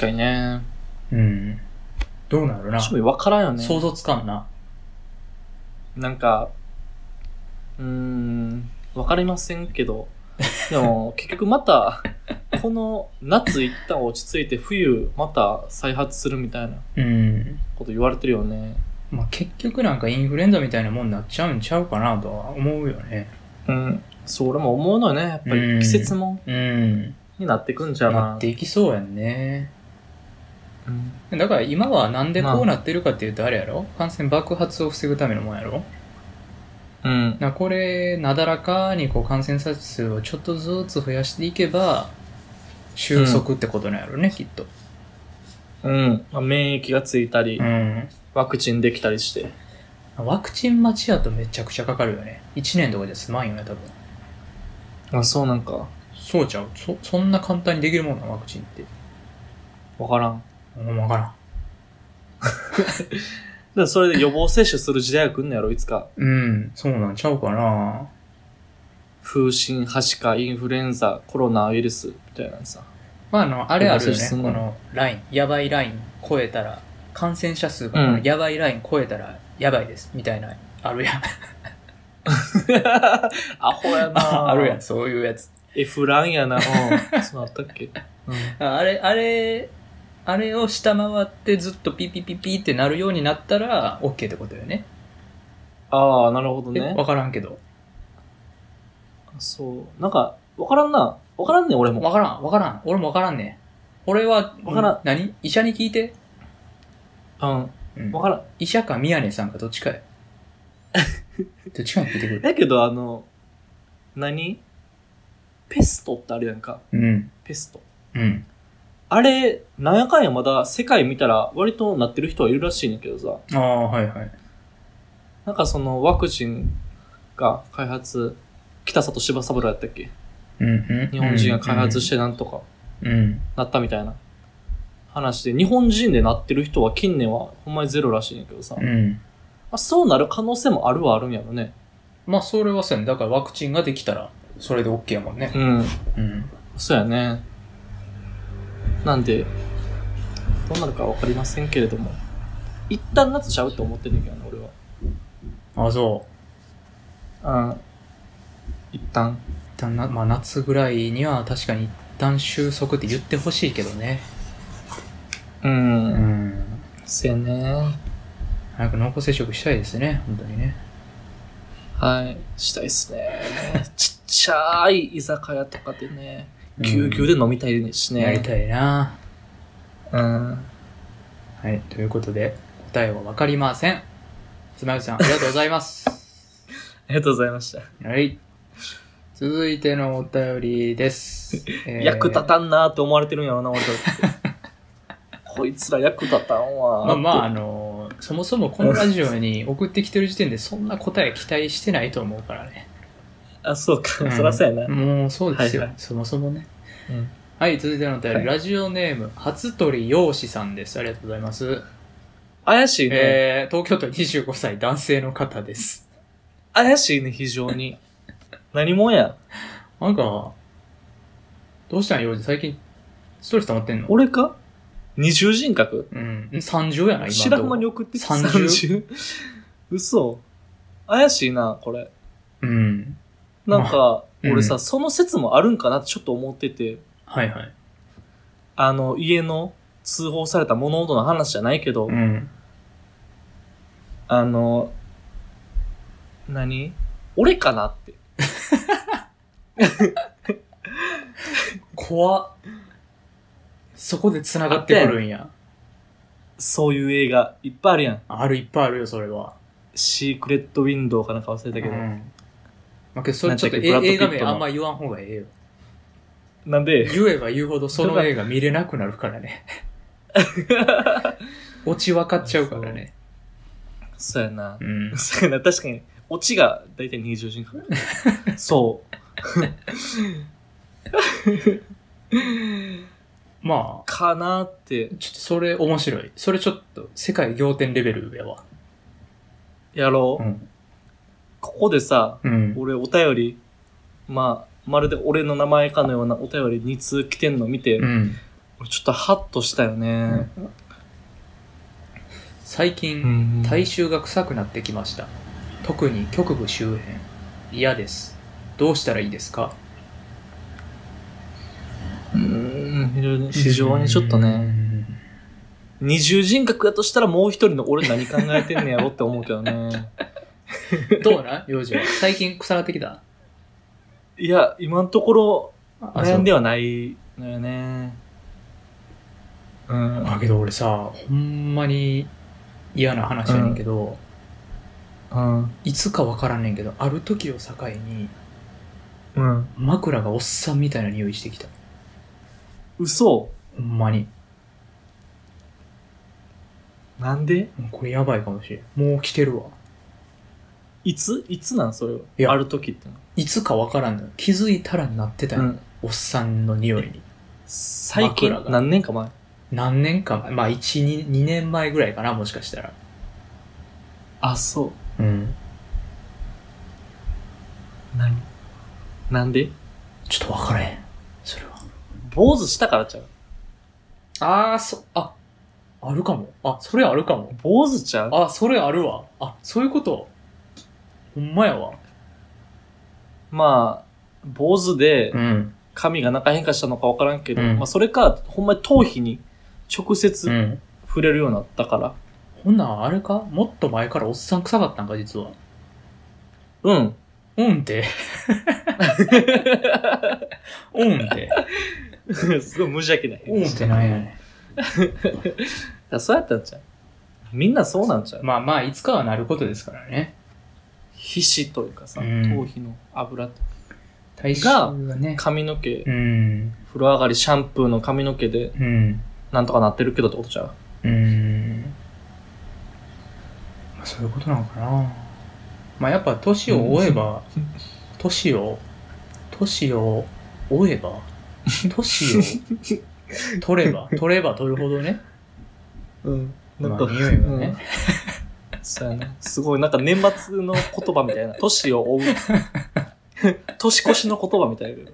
確かにね。
うんどうなるな、
正味わからんよね。
想像つかんな
なんか、うーん、わかりませんけど、
[LAUGHS]
でも結局また、この夏一旦落ち着いて冬また再発するみたいな
うん
こと言われてるよね。
まあ結局なんかインフルエンザみたいなもんになっちゃうんちゃうかなとは思うよね
うん。そう、俺も思うのよね。やっ
う
ぱ
ん
り季節もん
うん
になってくんじゃな。
なっていきそうやんね
うん
だから今はなんでこうなってるかっていうとあれやろ感染爆発を防ぐためのもんやろ
うん。
なこれなだらかにこう感染者数をちょっとずつ増やしていけば収束ってことなんやろね、きっと、
うん。まあ、免疫がついたり、
うん、
ワクチンできたりして。
ワクチン待ちやとめちゃくちゃかかるよね1年とかじゃ済まんよね多分
あ、そうなんか、
そうちゃうそそんな簡単にできるもんなワクチンって
わからん。
うん分からん
で、それで予防接種する時代が来んのやろ、いつか。
うんそうなんちゃうかな
風疹、はしか、インフルエンザ、コロナウイルス、みたいなさ。
まああのあれあるよ
接
ね
種
こ
すんの
のラインやばいライン超えたら感染者数が
うん
このやばいライン超えたらやばいですみたいなあるやん
[LAUGHS] アホや
[LAUGHS]
な
あるやん。そういうやつ
F ランやな。うん。そうなったっけうん。
ああれ、あれ、あれを下回ってずっとピピピピってなるようになったら OK ってことよね。
ああ、なるほど
えわ、
ね。
からんけど。
そう。なんか、わからんな。わからんねん、俺も。
わからん、わからん。俺もわからんね。俺は、
わからん
う何医者に聞いて。
うん。
うん
わからん。
医者か宮根さんかどっちか [LAUGHS] や。どっちかに聞いてくる。
だけど、あの、何ペストってあるやんか。
うん。
ペスト。
うん。
あれ、なんやかんやまだ世界見たら割となってる人はいるらしいねんけどさ。
ああ、はいはい。
なんかそのワクチンが開発、北里柴三郎やったっけ
うんうん、。
日本人が開発しててなんとか
うん。
なったみたいな話で、日本人でなってる人は近年はほんまにゼロらしいんやけどさ、
うん。
あ、そうなる可能性もあるはあるんやろね。
まあ、それはそうやね。だからワクチンができたら、それで OK やもんね。
うん。
うん。
そうやね。なんで、どうなるかわかりませんけれども、一旦なっちゃうと思ってんねんけどね、俺
あ、そう。
は。うん。一旦。
一旦な、まあ、夏ぐらいには確かに一旦収束って言ってほしいけどね。
う。
うんん。
そうやね。
早く濃厚接触したいですね、本当にね。
はい。したいっ
[LAUGHS]
すね。ちっちゃい居酒屋とかでね、ぎゅうぎゅうで飲みたいしね。
やりたいな。
うん。
はい、ということで、答えはわかりません。つまゆきさん、ありがとうございます。
ありがとうございました。
はい。続いてのお便り
[LAUGHS]
です。えー
役立たんなーって思われてるんやろな、
[LAUGHS]
俺たち。こいつら役立たんわ
まあ
ー。
まあ、あのーそもそもこのラジオに送ってきてる時点でそんな答え期待してないと思うからね。
あ。そうか、
うん
そらそうやな。
もうそうですよ、
はいは
そもそもね。
うん
はい、続いてのお便り、
はい
ラジオネーム、初鳥陽子さんです。ありがとうございます。
怪しいね。
えー、東京都25歳男性の方です。
怪しいね、非常に。何もんや。
なんか、どうしたん陽子最近、ストレス溜まってんの
俺か二重人格
うん、30やな、今。
知らん間に送って
30
30? 嘘。怪しいな、これ。
うん。
なんか、
うん
俺さ、その説もあるんかなってちょっと思ってて、
はいはい。
あの、家の通報された物音の話じゃないけど、
うん。
あの、何俺かなって。
怖っ。そこで繋がってくるんや。
そういう映画いっぱいあるやん。
あるいっぱいあるよ、それは。
シークレットウィンドウかなんか忘れたけど。
うん。まあ、けどそれ
なん
ちょ
だ
っ
っ
と
け
え
ブラッドピ
映
ット
画
の
名あんま言わん方がええよ。
なんで、
言えば言うほどその映画見れなくなるから
[LAUGHS]
ね。オチ分かっちゃうからね。
そうやな
う。ん。
そうやな、確かに、オチが大体20時 [LAUGHS] 間。そう。
まあ、
かなって、
ちょっとそれ面白い。それちょっと世界仰天レベル上は。
やろう。
ん。
ここでさ、
うん。
俺お便り、まあ、まるで俺の名前かのようなお便り2通来てんの見て、
うん。
俺ちょっとハッとしたよね。
最
う
近、
ん
体臭が臭くなってきました。特に局部周辺。嫌です。どうしたらいいですか
うん非常に非常にちょっとね、
ね。
二重人格やとしたらもう一人の俺何考えてんねやろって思うけど [LAUGHS] ね。
どうなん幼児は。最近臭なってきた
いや、今のところ悩んで
は。
はないのよね。うん。
あ、けど俺さ、ほんまに嫌な話やねんけど、
うん。
いつかわからんねんけど、ある時を境に、
うん。
枕がおっさんみたいな匂いしてきた。
嘘
ほんまに。
なんで
もうこれやばいかもしれん。もう来てるわ。
いついつなんそれはい
や
ある時っての
いつかわからんのよ。気づいたらなってたよ、
うん。
おっさんの匂いに。
最近
枕、が
何年か前。
何年か前、まあ1、2, 2年前ぐらいかな、もしかしたら。
あ、そ
うん。
う。何なんで
ちょっとわからへん。それは。
坊主したからちゃう。
あー、そ、あ、あるかも。あ、それあるかも。
坊主ちゃう
あ、それあるわ。あ、そういうこと。ほんまやわ。
まあ、坊主で、
ん。
髪が中変化したのか分からんけど、
うん
まあそれか、ほんまに頭皮に直接
うん。
触れるようになったから。
ほんなんあれかもっと前からおっさん臭かったんか、実は。 [LAUGHS]
うん。
うんって。うんって。
すごい無邪気な
うんってなんやね。
ん。そうやったんちゃうみんなそうなんちゃうん
まあまあ、いつかはなることですからね。
皮脂というかさ、
うん
頭皮の油と
体臭がね。
髪の毛、
うん。
風呂上がりシャンプーの髪の毛で
うん。
なんとかなってるけどってことちゃう
うん。まあ、そういうことなのかな。まあ、やっぱ、年を追えば
うん、
年を、年を追え [LAUGHS] ば、年を取れば、取れば取るほどね。
うん。な
ま
ん
あ、
か、
匂いはね。
うんそうやね。すごい、なんか年末の言葉み
[LAUGHS]
たいな。年を追う。年越しの言葉みたいな。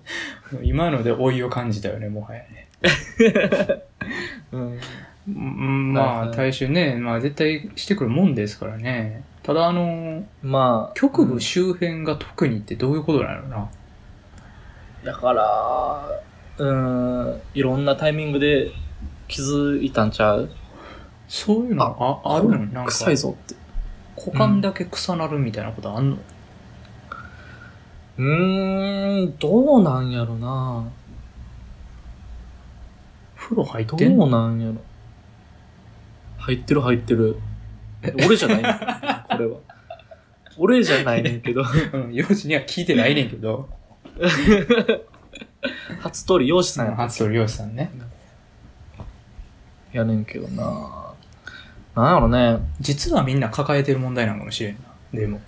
今ので老いを感じたよね、もはやね。
うん。
うん
はい
ま
は
あ、
い
大衆ね、まあ絶対してくるもんですからね。ただ、あの、
まあ。
局部周辺が特にってどういうことなのな。
だから、うーん、いろんなタイミングで気づいたんちゃう
そういうのああるのなんか、
臭いぞって。
股間だけ臭なるみたいなことあんの、
うーん、どうなんやろな。
風呂入っ
ど
てんの
うなんやろ。入ってる入ってる。俺じゃ [LAUGHS] ないねんけどねこれは。俺じゃないねんけど。
[LAUGHS] うん、幼児には聞いてないねんけど。
初通り漁師さんや,、
初鳥漁師さんね。
やねんけどな。なんやろね。
実はみんな抱えてる問題なのかもしれんな。でも。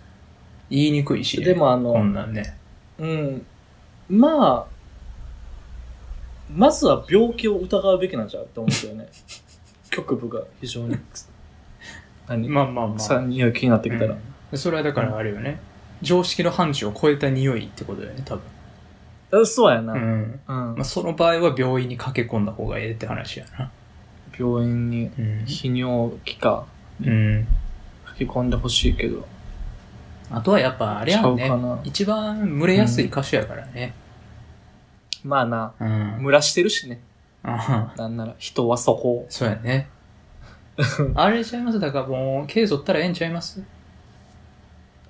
言いにくいし、ね。
で、もあの、
こんなんね。
うん。まあ、まずは病気を疑うべきなんじゃうって思うけ [LAUGHS] どね。局部が非常に、何、
まあまあまあ。
さ、匂い気になってきた
う
ら。
んそれはだからあれよね。常識の範疇を超えた匂いってことだよね、多分。
うん、そうやな。
う
うん。
ん。まあ、その場合は病院に駆け込んだ方がええって話やな。
病院に
うん。
泌尿器科
うん。
吹き込んでほしいけど。
あとはやっぱあれやん
ち
ね
ゃうかな。
一番蒸れやすい箇所やからね。
まあな、
うん。
蒸らしてるしね。
あ
なんなら、人はそこ。
そうや [LAUGHS] ね。あれちゃいますだからもう、毛剃ったらええんちゃいます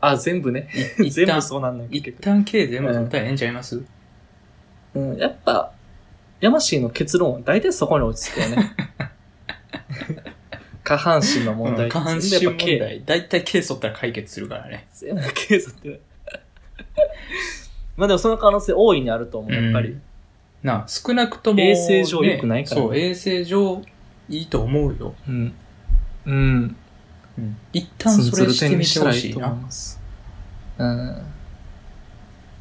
あ、全部ね。
[LAUGHS] い一
全部
旦、
そうなんだけ
一
ど。
旦毛全部剃ったらええんちゃいます、
うん、やっぱ、ヤマシーの結論は大体そこに落ち着くよ
[LAUGHS]
ね。下半身の問題。
うん下半身問。題。だいたい毛剃ったら解決するからね。
全部経済って。まあでもその可能性大いにあると思う、やっぱり。
うんなあ少なくとも、
衛生上良くないからね
そう、衛生上いいと思うよ。
うん。うん。
うん一旦それしてみてほしいな。
ます。うん。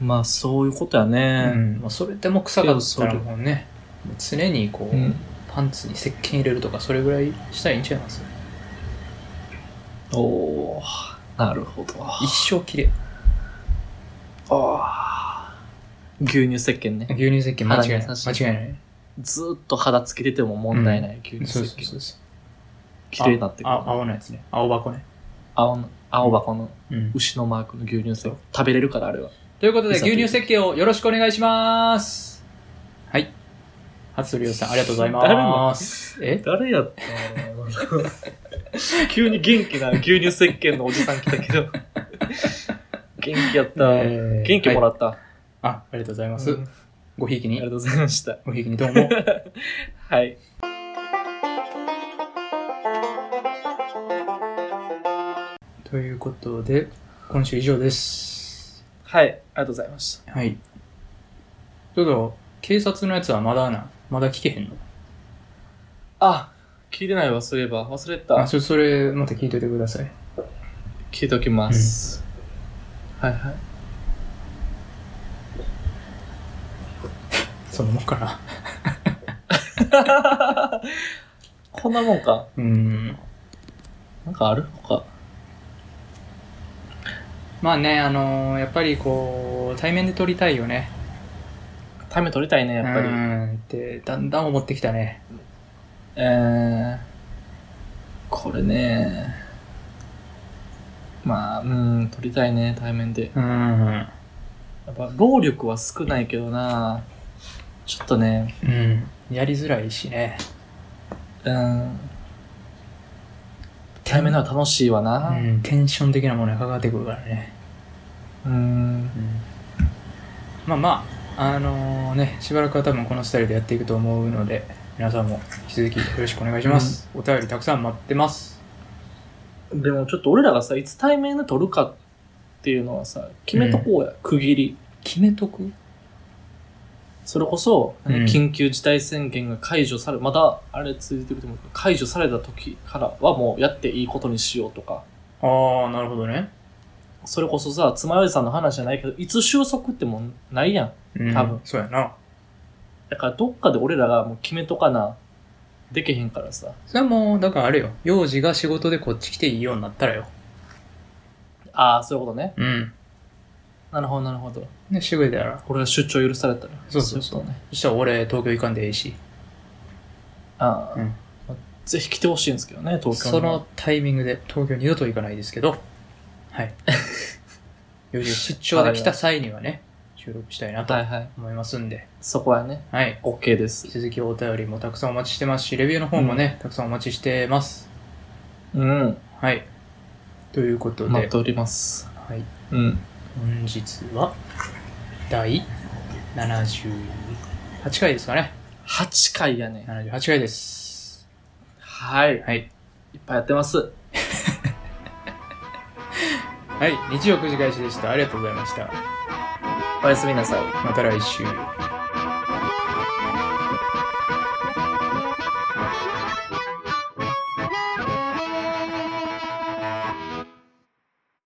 まあそういうことや
う
ね。
ん、まあそれでも臭かったらもうね、もう常にこう、
うん
パンツに石鹸入れるとか、それぐらいしたらいいんちゃいます
おおなるほど。
一生綺麗。
あー牛乳石鹸ね。
牛乳石鹸間違いない。
肌に優しい
間違いない。
ずーっと肌つけてても問題ない、牛乳
そう
石
そう
鹸。
そうそう。
綺麗になってくる
あ。青のやつね。青箱ね。
青の、青箱の
うん。
牛のマークの牛乳石鹸。食べれるからあれは。
ということで、
いざとい
牛
う
乳石鹸をよろしくお願いします。はい。初鳥さん、ありがとうございます。え
誰やったの急に元気な牛乳石鹸のおじさん来たけど。元気やった。元気もら
っ
った。
た、はいあ、ありがとうございます。
うんあ
ごひいきに
りがとう。ございました。
ごひいきにどう
[LAUGHS]
も。
はい。
ということで、今週以上です。
はい。ありがとうございました。
はい。ちょっと、警察のやつはまだな、まだ聞けへんの
あ、聞いてないわ、そういえば。忘れて
あ、
た。
そそれ、また聞いといてください。
聞いておきます。はいはい。
そのもんか
[LAUGHS]
な。
こんなもんか。
うん。
なんかある他。
まあね、あのーやっぱりこう、対面で撮りたいよね。
タイム取りたいね、やっぱり。
うん。って、だんだん思ってきたね。
えー、これね。まあ、うん、取りたいね、対面で。
うん。
やっぱ、労力は少ないけどな。ちょっとね、
うん。やりづらいしね。
うん。対面のは楽しいわ
う
な。
ん。テンション的なものがかかってくるからね。
うん。
まあまあ、あのね、しばらくは多分このスタイルでやっていくと思うので、皆さんも引き続きよろしくお願いします。お便りたくさん待ってます。
でもちょっと俺らがさ、いつ対面で取るかっていうのはさ、決めとこうや、区切り。
決めとく
それこそ、
うん
緊急事態宣言が解除され、またあれ続いてると思うけど、解除された時からはもうやっていいことにしようとか、
ああ、なるほどね。
それこそさ、つまようじさんの話じゃないけど、いつ収束ってもうないやん。
うん、
多分
そうやな。
だからどっかで俺らがもう決めとかな、できへんからさ。
それはもう、だからあれよ。幼児が仕事でこっち来ていいようになったらよ。
ああ、そういうことね。
うん。
なるほど、なるほど。
ね、してくれたら。
俺が出張許されたら。
そうそうそう
いことね。
そしたら俺、東京行かんでええし。
ああ、
うん
まあぜひ来てほしいんですけどね、東京
そのタイミングで東京二度と行かないですけど、 [LAUGHS] はい。幼児が出張で来た際にはね、収録したいなと
はいはい。
思いますんで、
そこはね、
はい。
OK です
引。き続きお便りもたくさんお待ちしてますし、レビューの方もね、たくさんお待ちしてます。
うん。
はい。ということ
待っ
で
て、おります。
はい、
うん。
本日は、第78回ですかね。
8回やね。
78回です。
はい。
はい。
いっぱいやってます。
はい。日曜9時開始でした。ありがとうございました。
おやすみなさい。
また来週。